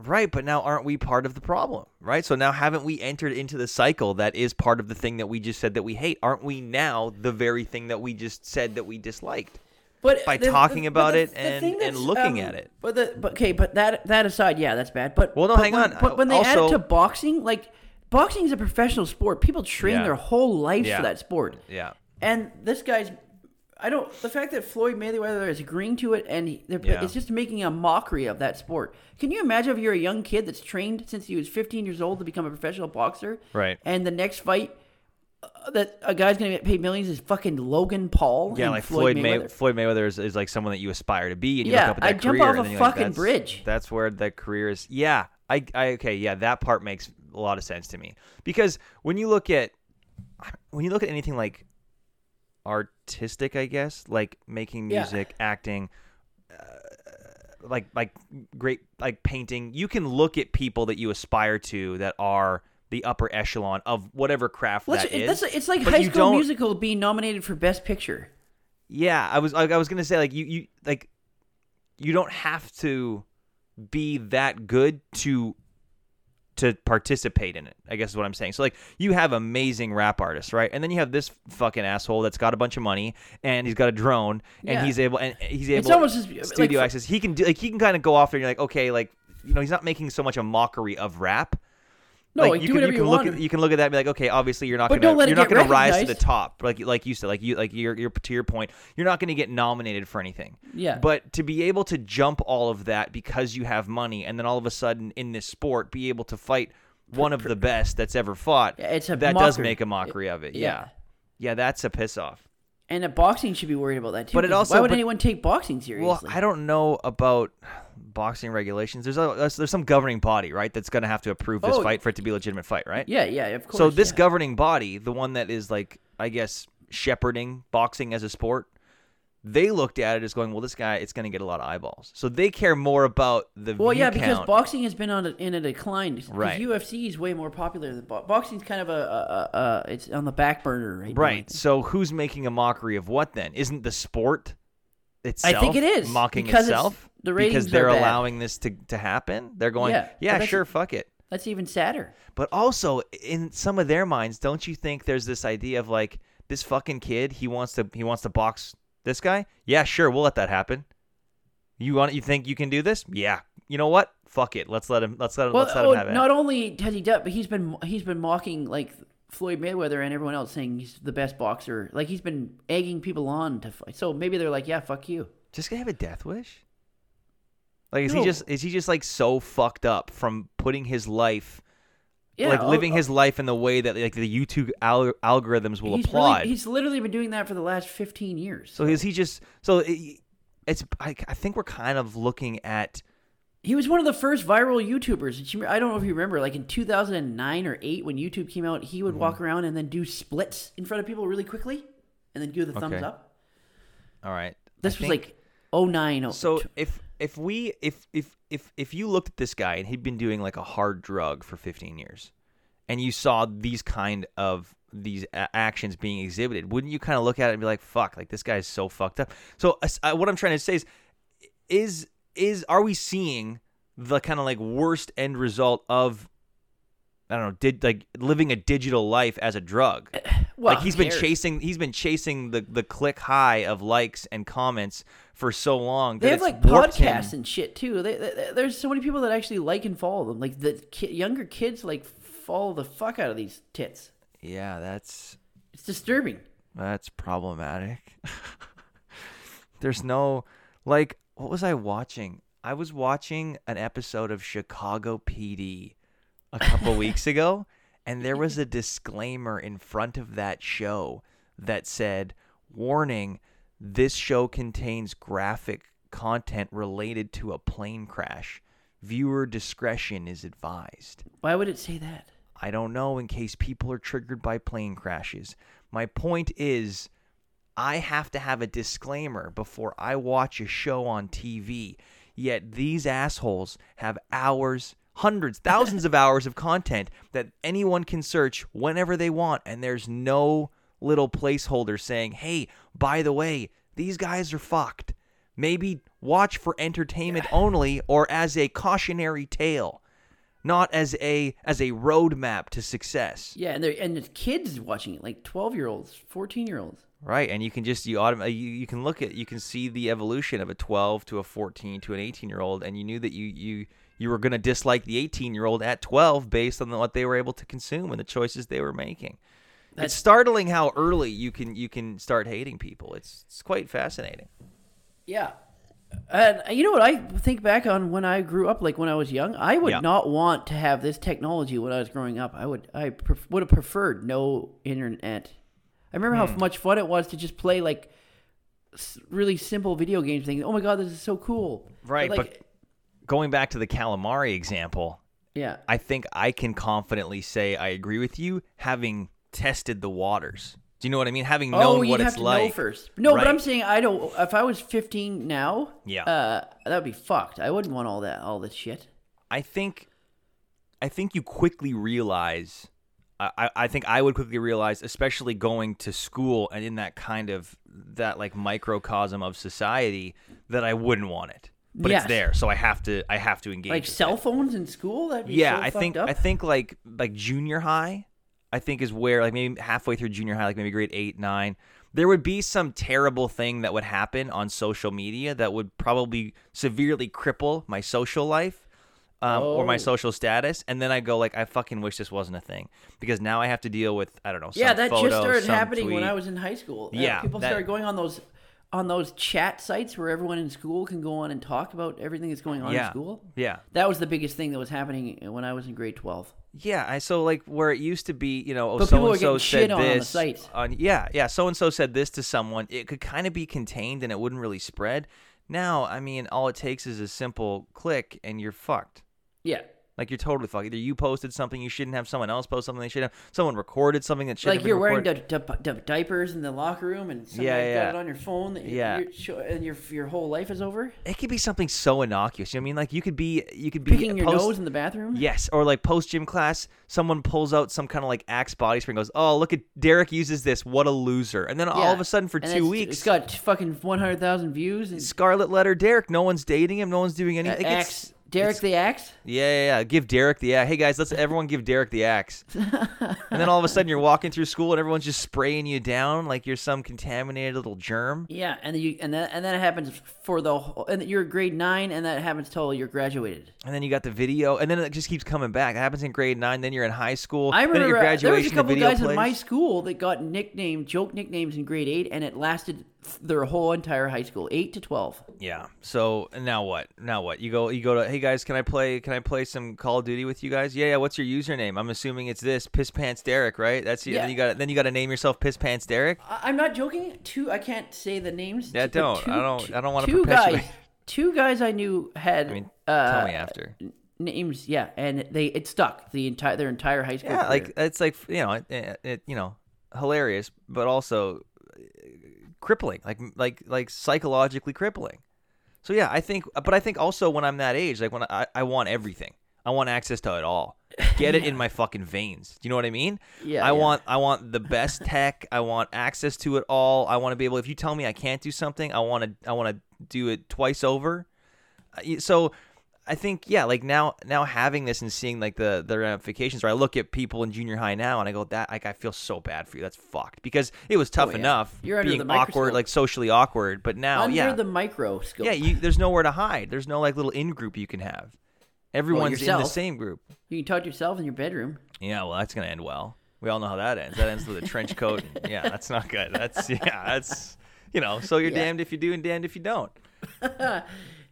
S1: right, but now aren't we part of the problem? Right, so now haven't we entered into the cycle that is part of the thing that we just said that we hate? Aren't we now the very thing that we just said that we disliked?
S2: But
S1: By
S2: the- the-
S1: talking
S2: the
S1: about
S2: thing
S1: it and-
S2: that's, um,
S1: and looking at it.
S2: But the but, okay, but that that aside, yeah, that's bad. But
S1: Well, no,
S2: but
S1: hang
S2: when,
S1: on.
S2: But when they add it
S1: Also-
S2: to boxing, like boxing is a professional sport. People train
S1: Yeah.
S2: their whole life
S1: Yeah.
S2: for that sport.
S1: Yeah,
S2: And this guy's, I don't. The fact that Floyd Mayweather is agreeing to it and he, they're,
S1: Yeah.
S2: it's just making a mockery of that sport. Can you imagine if you're a young kid that's trained since he was 15 years old to become a professional boxer?
S1: Right.
S2: And the next fight uh, that a guy's gonna get paid millions is fucking Logan Paul.
S1: yeah,
S2: and
S1: like Floyd May-
S2: Mayweather.
S1: Floyd Mayweather is, is like someone that you aspire to be, and you
S2: Yeah,
S1: look up at that
S2: I'd jump
S1: career,
S2: off
S1: and
S2: a
S1: then you're like,
S2: fucking
S1: "That's-
S2: bridge."
S1: That's where that career is. Yeah, I, I, okay, yeah, that part makes a lot of sense to me because when you look at, when you look at anything like artistic, I guess, like making
S2: Yeah.
S1: music, acting, uh, like like great like painting, you can look at people that you aspire to that are the upper echelon of whatever craft
S2: Well,
S1: that
S2: it's,
S1: is.
S2: that's- it's like
S1: but
S2: High
S1: you
S2: School
S1: don't-
S2: Musical being nominated for Best Picture.
S1: Yeah, I was I, I was gonna say like you you like you don't have to be that good to to participate in it. I guess is what I'm saying. So like you have amazing rap artists, right? And then you have this fucking asshole that's got a bunch of money and he's got a drone and
S2: Yeah.
S1: he's able and he's able
S2: It's almost just like,
S1: studio
S2: for-
S1: access. He can do like he can kind of go off there and you're like okay like you know he's not making so much a mockery of rap.
S2: No,
S1: like,
S2: like,
S1: you
S2: do
S1: can,
S2: whatever
S1: you
S2: you,
S1: can look
S2: want.
S1: at you can look at that and be like, okay, obviously you're not
S2: But
S1: gonna
S2: don't let it
S1: you're not
S2: get
S1: gonna rise to the
S2: recognized.
S1: top. Like like you said, like you like you're, you're to your point, you're not gonna get nominated for anything.
S2: Yeah.
S1: But to be able to jump all of that because you have money and then all of a sudden in this sport be able to fight one of the best that's ever fought.
S2: Yeah, it's a
S1: that does
S2: mockery.
S1: make a mockery of it. Yeah.
S2: yeah.
S1: yeah. that's a piss off.
S2: and a boxing should be worried about that too.
S1: But it
S2: 'cause
S1: also-
S2: why would
S1: but-
S2: anyone take boxing seriously?
S1: Well, I don't know about boxing regulations. There's a, there's some governing body, right, that's going to have to approve this
S2: Oh,
S1: fight for it to be a legitimate fight, right?
S2: yeah, yeah, of course.
S1: so this
S2: yeah.
S1: governing body, the one that is like, I guess, shepherding boxing as a sport, they looked at it as going, well, this guy, it's going to get a lot of eyeballs. So they care more about the
S2: Well,
S1: view
S2: yeah, because
S1: count.
S2: boxing has been on a, in a decline. 'cause
S1: Right.
S2: UFC is way more popular than bo- boxing's. Kind of a, a, a, a it's on the back burner right. now, I
S1: right.
S2: think.
S1: So who's making a mockery of what then? Isn't the sport itself?
S2: I think it is,
S1: mocking
S2: because it's-
S1: itself
S2: the
S1: because
S2: ratings are
S1: they're
S2: bad.
S1: allowing this to to happen. They're going,
S2: Yeah,
S1: yeah,
S2: but that's-
S1: sure, fuck it.
S2: That's even sadder.
S1: But also in some of their minds, don't you think there's this idea of like this fucking kid, he wants to he wants to box this guy? Yeah, sure, we'll let that happen. You want you think you can do this? Yeah. You know what? Fuck it. Let's let him let's let him
S2: Well,
S1: let's let him
S2: oh,
S1: have it.
S2: not only has he done, but he's been he's been mocking like Floyd Mayweather and everyone else, saying he's the best boxer. Like he's been egging people on to fight. So maybe they're like, yeah, fuck you.
S1: Just gonna have a death wish? Like is
S2: No.
S1: he just is he just like so fucked up from putting his life
S2: Yeah, oh,
S1: like
S2: I'll-
S1: living his life in the way that like the YouTube al- algorithms will
S2: oh, he's really-
S1: applaud?
S2: he's literally been doing that for the last fifteen years.
S1: so is he just so it, it's I, I think we're kind of looking at
S2: He was one of the first viral YouTubers. Did you- I don't know if you remember, like in 2009 or 8 when YouTube came out, he
S1: Mm-hmm.
S2: would walk around and then do splits in front of people really quickly and then give the thumbs
S1: Okay.
S2: up.
S1: all right.
S2: This
S1: I
S2: was
S1: think-
S2: like 09. oh-
S1: So if if we if if if if you looked at this guy and he'd been doing like a hard drug for 15 years, and you saw these kind of these a- actions being exhibited, wouldn't you kind of look at it and be like, "Fuck! Like this guy's so fucked up." So as- uh, what I'm trying to say is, is is are we seeing the kind of like worst end result of? I don't know. Did like living a digital life as a drug?
S2: well,
S1: like he's
S2: who
S1: been
S2: cares?
S1: chasing he's been chasing the the click high of likes and comments for so long that
S2: They have
S1: it's
S2: like
S1: warped him.
S2: podcasts and shit too. They, they, they- there's so many people that actually like and follow them. Like the ki- younger kids like follow the fuck out of these tits.
S1: yeah that's
S2: It's disturbing.
S1: that's problematic [laughs] there's no like what was i watching i was watching an episode of chicago pd a couple weeks ago and there was a disclaimer in front of that show that said warning this show contains graphic content related to a plane crash viewer discretion is advised
S2: Why would it say that?
S1: I don't know in case people are triggered by plane crashes. My point is, I have to have a disclaimer before I watch a show on TV. Yet these assholes have hours, hundreds, thousands of hours of content that anyone can search whenever they want, and there's no little placeholder saying, "Hey, by the way, these guys are fucked." Maybe watch for entertainment only or as a cautionary tale, not as a as a roadmap to success.
S2: Yeah, and they're and it's kids watching it, like twelve year olds, fourteen year olds.
S1: Right, and you can just you autom- uh, you, you can look at you can see the evolution of a 12 to a 14 to an 18 year old, and you knew that you you you were going to dislike the 18 year old at 12 based on what they were able to consume and the choices they were making.
S2: That's-
S1: it's startling how early you can you can start hating people. It's it's quite fascinating.
S2: Yeah. And you know what I think back on when I grew up, like when I was young, I would
S1: Yeah.
S2: not want to have this technology when I was growing up. I would, I pref- would have preferred no internet. I remember
S1: Hmm.
S2: how much fun it was to just play like s- really simple video games. Thing, oh my god, this is so cool.
S1: Right,
S2: But,
S1: but- Going back to the calamari example,
S2: yeah,
S1: I think I can confidently say I agree with you, having tested the waters. Do you know what I mean? Having known
S2: oh, you'd
S1: what
S2: have
S1: it's
S2: to
S1: like.
S2: know first. No,
S1: Right.
S2: but I'm saying I don't. If I was 15 now,
S1: Yeah.
S2: uh, that'd be fucked. I wouldn't want all that, all this shit.
S1: I think, I think you quickly realize. I, I- I think I would quickly realize, especially going to school and in that kind of that like microcosm of society, that I wouldn't want it. But
S2: Yes.
S1: it's there, so I have to. I have to engage.
S2: Like
S1: with it.
S2: cell phones in school. That'd be
S1: yeah,
S2: so
S1: I think
S2: fucked up.
S1: I think like like junior high, I think is where like maybe halfway through junior high, like maybe grade eight, nine, there would be some terrible thing that would happen on social media that would probably severely cripple my social life. Um, Or my
S2: Oh.
S1: social status, and then I go like, I fucking wish this wasn't a thing because now I have to deal with I don't know.
S2: Yeah,
S1: some
S2: that
S1: photo,
S2: just started
S1: some
S2: happening when
S1: tweet.
S2: I was in high school. Uh,
S1: Yeah,
S2: people
S1: that-
S2: started going on those on those chat sites where everyone in school can go on and talk about everything that's going on
S1: yeah,
S2: in school.
S1: Yeah,
S2: That was the biggest thing that was happening when I was in grade twelve.
S1: Yeah, I so like where it used to be, you know, oh
S2: But people
S1: so
S2: were
S1: and so
S2: getting shit
S1: said
S2: on on the
S1: this.
S2: sites.
S1: on- yeah, yeah, so and so said this to someone. It could kind of be contained and it wouldn't really spread. Now, I mean, all it takes is a simple click and you're fucked.
S2: Yeah,
S1: Like you're totally fucked. Either you posted something you shouldn't have, someone else posted something they should have, someone recorded something that shouldn't
S2: like
S1: have
S2: you're
S1: been
S2: wearing
S1: recorded.
S2: di- di- di- diapers in the locker room, and somebody's
S1: yeah.
S2: got it on your phone. That you're,
S1: Yeah.
S2: you're sho- and your your whole life is over.
S1: it could be something so innocuous. You know what I mean? Like you could be you could be
S2: Picking your
S1: post-
S2: nose in the bathroom.
S1: Yes, or like post gym class, someone pulls out some kind of like axe body spray and goes, "Oh, look at Derek uses this. What a loser!" And then all
S2: Yeah.
S1: of a sudden, for
S2: And
S1: two
S2: it's-
S1: weeks,
S2: it's got fucking one hundred thousand views. And
S1: Scarlet Letter Derek. No one's dating him. No one's doing
S2: uh,
S1: anything. It's-
S2: axe, Derek the axe.
S1: yeah, yeah, yeah. Give Derek the axe. Hey guys, let's everyone give Derek the axe. and then all of a sudden you're walking through school and everyone's just spraying you down like you're some contaminated little germ.
S2: Yeah, and then you and that and that happens for the whole, and you're grade nine, and that happens till you're graduated.
S1: And then you got the video, and then it just keeps coming back. It happens in grade nine. Then you're in high school.
S2: I
S1: then at
S2: remember
S1: your
S2: uh,
S1: graduation,
S2: there was a
S1: the
S2: couple
S1: video
S2: guys in my
S1: plays.
S2: school that got nickname joke nicknames in grade eight, and it lasted th- their whole entire high school, eight to twelve.
S1: Yeah. So now what? Now what? You go. You go to. Hey guys, can I play? Can I play some Call of Duty with you guys? Yeah. Yeah. What's your username? I'm assuming it's this Piss Pants Derek, right? That's yeah.
S2: Yeah.
S1: Then you got. Then you got to name yourself Piss Pants Derek.
S2: I, I'm not joking. Two, I can't say the names.
S1: Yeah,
S2: but
S1: don't. I don't- I don't wanna
S2: Two guys,
S1: perpetuate.
S2: two guys I knew had
S1: I mean,
S2: uh,
S1: tell me after.
S2: names. Yeah, and they it stuck the entire their entire high school.
S1: Yeah, like
S2: career.
S1: it's like you know, it, it, it you know, hilarious, but also uh, crippling, like like like psychologically crippling. So yeah, I think, but I think also when I'm that age, like when I I want everything, I want access to it all. Get
S2: [laughs]
S1: it in my fucking veins. Do you know what I mean?
S2: Yeah,
S1: I
S2: yeah.
S1: want I want the best tech. I want access to it all. I want to be able. If you tell me I can't do something, I want to I want to do it twice over. Y- so I think yeah, like now now having this and seeing like the the ramifications. Or I look at people in junior high now and I go that like I feel so bad for you. That's fucked because it was tough
S2: Oh, yeah.
S1: enough
S2: You're under
S1: being
S2: the
S1: awkward,
S2: microscope.
S1: like socially awkward. But now
S2: under
S1: oh, yeah,
S2: the microscope.
S1: yeah, you, there's nowhere to hide. There's no like little in group you can have. Everyone's in the
S2: yourself.
S1: same group.
S2: you can talk to yourself in your bedroom.
S1: Yeah, well, that's gonna end well. We all know how that ends. That ends with a trench coat. and- yeah, that's not good. That's [laughs] yeah, that's you know. So you're
S2: Yeah.
S1: damned if you do and damned if you don't.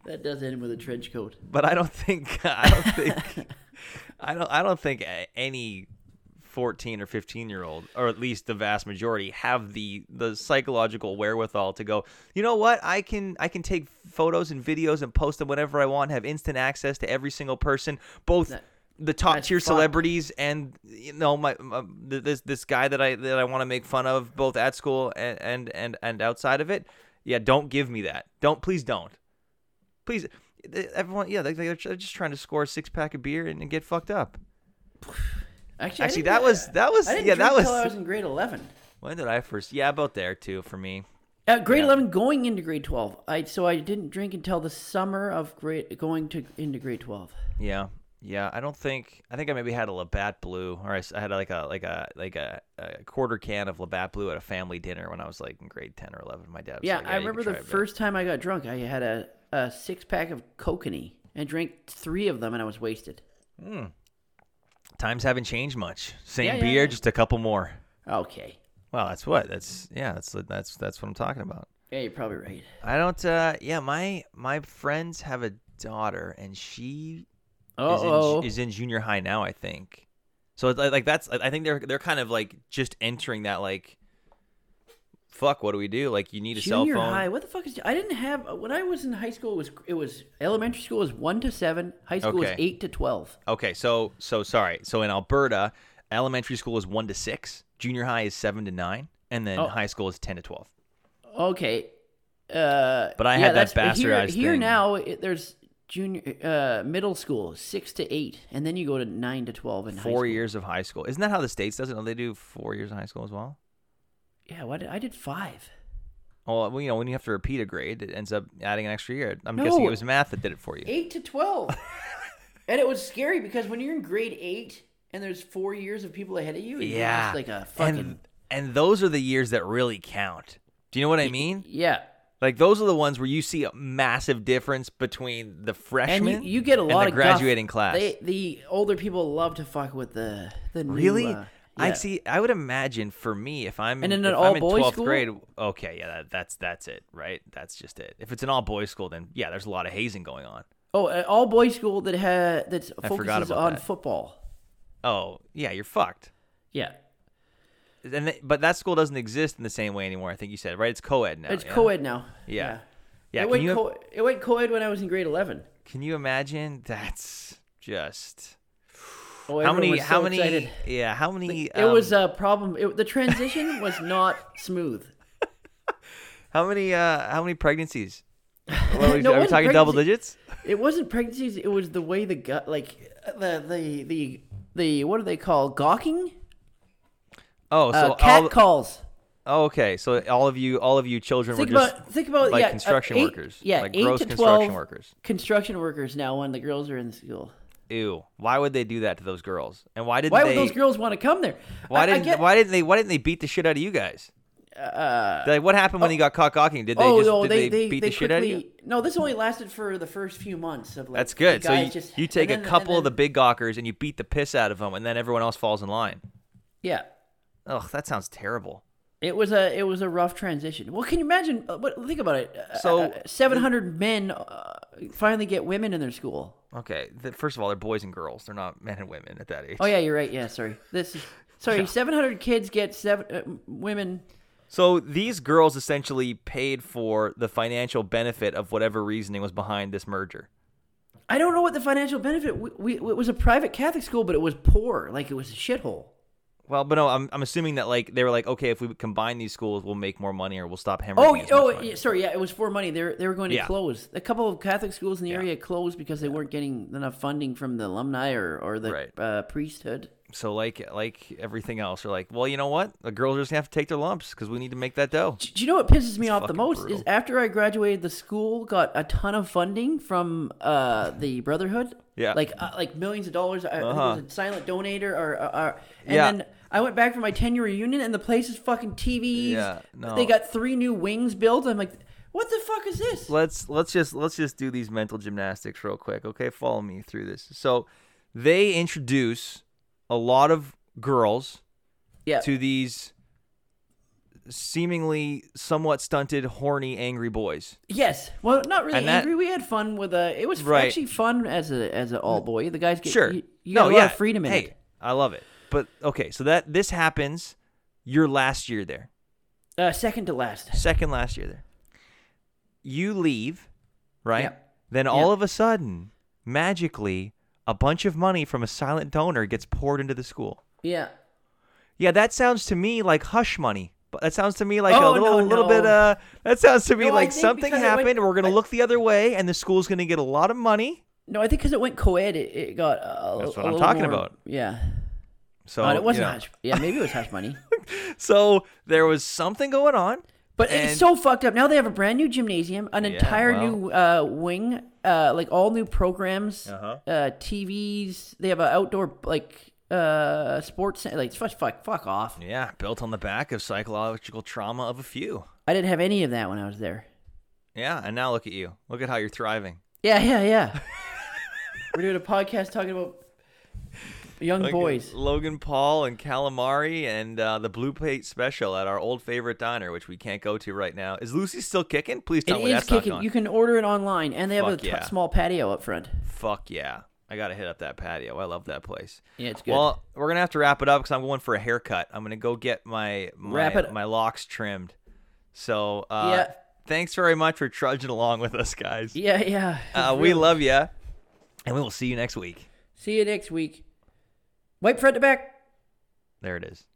S2: That does end with a trench coat.
S1: But I don't think [laughs] I don't think I don't I don't think a- any 14 or 15 year old, or at least the vast majority, have the the psychological wherewithal to go. You know what? I can I can take photos and videos and post them whenever I want. Have instant access to every single person, both. the top
S2: that's
S1: tier
S2: fucked.
S1: celebrities and you know my, my th- this this guy that I that I want to make fun of both at school and, and and and outside of it. Yeah, don't give me that. Don't please don't. Please they- everyone, yeah, they, they're tr- just trying to score a six pack of beer and, and get fucked up.
S2: Actually, I
S1: Actually,
S2: didn't-
S1: that was that was
S2: I didn't
S1: yeah, that
S2: drink
S1: was
S2: until I was in grade eleven.
S1: when did I first? Yeah, about there too for me.
S2: Uh, grade eleven, going into grade twelve, I so I didn't drink until the summer of grade going to into grade twelve.
S1: Yeah, yeah. I don't think I think I maybe had a Labatt Blue, or I, s- I had like a like a like a, a quarter can of Labatt Blue at a family dinner when I was like in grade ten or eleven. My dad. Was
S2: Yeah,
S1: like,
S2: I
S1: you can
S2: remember the
S1: try a bit."
S2: first time I got drunk, I had a, a six pack of kokanee and drank three of them, and I was wasted.
S1: Times haven't changed much. Same
S2: Yeah, yeah,
S1: beer,
S2: yeah.
S1: just a couple more.
S2: Okay,
S1: Well, that's what. That's yeah. That's that's that's what I'm talking about.
S2: yeah, you're probably right.
S1: I don't. uh Yeah, my my friends have a daughter, and she is in,
S2: Oh,
S1: ju- is in junior high now. I think. So it's like like that's I I think they're they're kind of like just entering that like. Fuck! What do we do? Like, you need a
S2: junior
S1: cell phone.
S2: high. What the fuck is? I didn't have when I was in high school. It was it was elementary school was one to seven, high school was
S1: Okay.
S2: eight to twelve.
S1: Okay, so so sorry. So in Alberta, elementary school is one to six, junior high is seven to nine, and then
S2: Oh.
S1: high school is ten to twelve.
S2: Okay, uh,
S1: But I
S2: yeah,
S1: had that
S2: that's- here,
S1: bastardized
S2: here
S1: thing.
S2: now. It, there's junior uh, middle school six to eight, and then you go to nine to twelve and
S1: Four years of high school. Isn't that how the states does it? Oh, they do four years of high school as well.
S2: Yeah, why did I did five?
S1: Oh, well, you know, when you have to repeat a grade, it ends up adding an extra year. I'm
S2: No.
S1: guessing it was math that did it for you.
S2: eight
S1: [laughs]
S2: to twelve. and it was scary because when you're in grade eight and there's four years of people ahead of you, you're
S1: Yeah,
S2: just like a fucking
S1: and and those are the years that really count. Do you know what I mean?
S2: yeah.
S1: Like those are the ones where you see a massive difference between the
S2: And
S1: freshman
S2: you, you get a
S1: and
S2: lot
S1: the
S2: of guff.
S1: graduating class.
S2: They, uh, the older people love to fuck with the the new,
S1: Really?
S2: uh,
S1: I
S2: yeah.
S1: see. I would imagine for me, if I'm
S2: And in
S1: if
S2: an
S1: I'm in
S2: all-boys
S1: 12th
S2: school?
S1: grade, okay, yeah, that, that's that's it, right? That's just it. If it's an all boys school, then yeah, there's a lot of hazing going on.
S2: Oh, an all boys school that ha that's
S1: forgot
S2: focuses
S1: about
S2: on
S1: that.
S2: football.
S1: Oh yeah, you're fucked.
S2: Yeah,
S1: And th- but that school doesn't exist in the same way anymore. I think you said right. It's co-ed now.
S2: it's
S1: yeah?
S2: co-ed now.
S1: Yeah.
S2: It
S1: Yeah. Can
S2: went,
S1: you
S2: co- it went co-ed when I was in grade eleven.
S1: can you imagine? That's just
S2: Oh,
S1: how
S2: everyone
S1: many
S2: was so
S1: how many
S2: excited.
S1: yeah how many
S2: It was uh,
S1: um,
S2: a problem. It, the transition was not smooth.
S1: how many uh how many
S2: [laughs]
S1: pregnancies? What are we,
S2: No,
S1: are we
S2: it wasn't
S1: talking double digits?
S2: pregnancy. It wasn't pregnancies. It was the way the gut, like the the the the what do they call gawking?
S1: Oh, so
S2: Uh,
S1: all,
S2: cat calls.
S1: Oh, okay. So all of you, all of you children
S2: Think
S1: were just
S2: about think about
S1: like
S2: yeah, uh,
S1: construction
S2: eight-
S1: workers,
S2: Yeah,
S1: like
S2: eight
S1: gross
S2: to
S1: construction
S2: 12
S1: workers.
S2: Construction workers now when the girls are in school.
S1: Ew! Why would they do that to those girls? And why did
S2: Why
S1: they?
S2: would those girls want to come there? I-
S1: why
S2: I
S1: didn't?
S2: get-
S1: why didn't they? Why didn't they beat the shit out of you guys? Uh, like what happened when they got caught gawking? Did they
S2: oh
S1: just
S2: no,
S1: did
S2: they, they,
S1: beat
S2: they
S1: the shit out of you?
S2: quickly- No, this only lasted for the first few months of like.
S1: That's
S2: the
S1: good. So
S2: guys
S1: you,
S2: just-
S1: you take
S2: and
S1: a
S2: then-
S1: couple of
S2: and
S1: the
S2: then-
S1: big gawkers and you beat the piss out of them, and then everyone else falls in line.
S2: Yeah,
S1: Ugh, that sounds terrible.
S2: It was a it was a rough transition. Well, can you imagine? uh, What think about it? Uh,
S1: So-
S2: uh, 700 men uh, finally get women in their school.
S1: Okay, th- first of all, they're boys and girls. They're not men and women at that age.
S2: Oh yeah, you're right. Yeah, sorry. This is sorry. 700 kids get seven uh, women.
S1: So these girls essentially paid for the financial benefit of whatever reasoning was behind this merger.
S2: I don't know what the financial benefit. We, we it was a private Catholic school, but it was poor. Like it was a shithole.
S1: Well, but no, I'm, I'm assuming that like they were like, okay, if we combine these schools, we'll make more money or we'll stop hemorrhaging.
S2: Oh,
S1: as much
S2: oh,
S1: money.
S2: yeah, sorry. Yeah, it was for money. They were, they were going to
S1: Yeah.
S2: close. A couple of Catholic schools in the area closed because they weren't getting enough funding from the alumni or or the
S1: Right.
S2: uh, priesthood.
S1: So like like everything else, they're like, well, you know what? The girls are just gonna have to take their lumps because we need to make that dough.
S2: Do do you know what pisses me off the
S1: fucking
S2: most
S1: brutal.
S2: is after I graduated, the school got a ton of funding from uh, the Brotherhood.
S1: Yeah. Uh-huh.
S2: like uh, like millions of dollars. I, I think it was a silent donator, or, or, or- and
S1: Yeah.
S2: then I went back for my ten year reunion, and the place is fucking TVs.
S1: Yeah, no.
S2: they got three new wings built. I'm like, what the fuck is this?
S1: Let's let's just let's just do these mental gymnastics real quick, okay? Follow me through this. So they introduce a lot of girls
S2: Yeah,
S1: to these seemingly somewhat stunted, horny, angry boys.
S2: yes. Well, not really
S1: And that-
S2: angry. We had fun with a. It was
S1: Right.
S2: actually fun as a as an all boy. The guys get
S1: sure.
S2: You, you
S1: no,
S2: got a
S1: yeah.
S2: lot of freedom in
S1: hey,
S2: it.
S1: I love it. But okay, so that this happens your last year there.
S2: Uh, second to last.
S1: Second last year there. You leave, right?
S2: Yeah.
S1: Then all
S2: Yeah.
S1: of a sudden, magically, a bunch of money from a silent donor gets poured into the school.
S2: Yeah.
S1: Yeah, that sounds to me like hush money. But that sounds to me like a
S2: Oh,
S1: little,
S2: no,
S1: little
S2: no.
S1: bit. Uh, that sounds to me
S2: No, I
S1: like
S2: think
S1: something
S2: because it went-
S1: happened. and we're gonna
S2: I-
S1: look the other way, and the school's gonna get a lot of money.
S2: No, I think because it went co-ed, it, it got a,
S1: That's
S2: a
S1: what I'm
S2: little
S1: talking
S2: more-
S1: about. Oh,
S2: Yeah,
S1: So
S2: but it wasn't
S1: you know.
S2: hush. Yeah, maybe it was hush
S1: [laughs]
S2: money.
S1: So there was something going on.
S2: But
S1: And-
S2: it's so fucked up. Now they have a brand new gymnasium, an entire
S1: well.
S2: new uh, wing, uh, like all new programs,
S1: Uh-huh.
S2: uh, TVs. They have an outdoor like uh, sports. cen- Like fuck, fuck, fuck off.
S1: Yeah, built on the back of psychological trauma of a few.
S2: I didn't have any of that when I was there.
S1: Yeah, and now look at you. Look at how you're thriving.
S2: Yeah, yeah, yeah. [laughs] We're doing a podcast talking about young
S1: Look at
S2: boys.
S1: Logan Paul and calamari and uh, the blue plate special at our old favorite diner, which we can't go to right now. Is Lucy still kicking? Please
S2: It
S1: tell me
S2: is
S1: that's not
S2: kicking.
S1: gone.
S2: You can order it online, and they have a
S1: Fuck
S2: t-
S1: yeah.
S2: small patio up front.
S1: Fuck yeah. I got to hit up that patio. I love that place.
S2: Yeah, it's good.
S1: Well, we're going to have to wrap it up because I'm going for a haircut. I'm going to go get my my,
S2: Wrap it-
S1: my locks trimmed. So, uh,
S2: Yeah.
S1: thanks very much for trudging along with us, guys.
S2: Yeah, yeah.
S1: Uh, we love you, and we will see you next week.
S2: See you next week. Wipe front to back.
S1: There it is.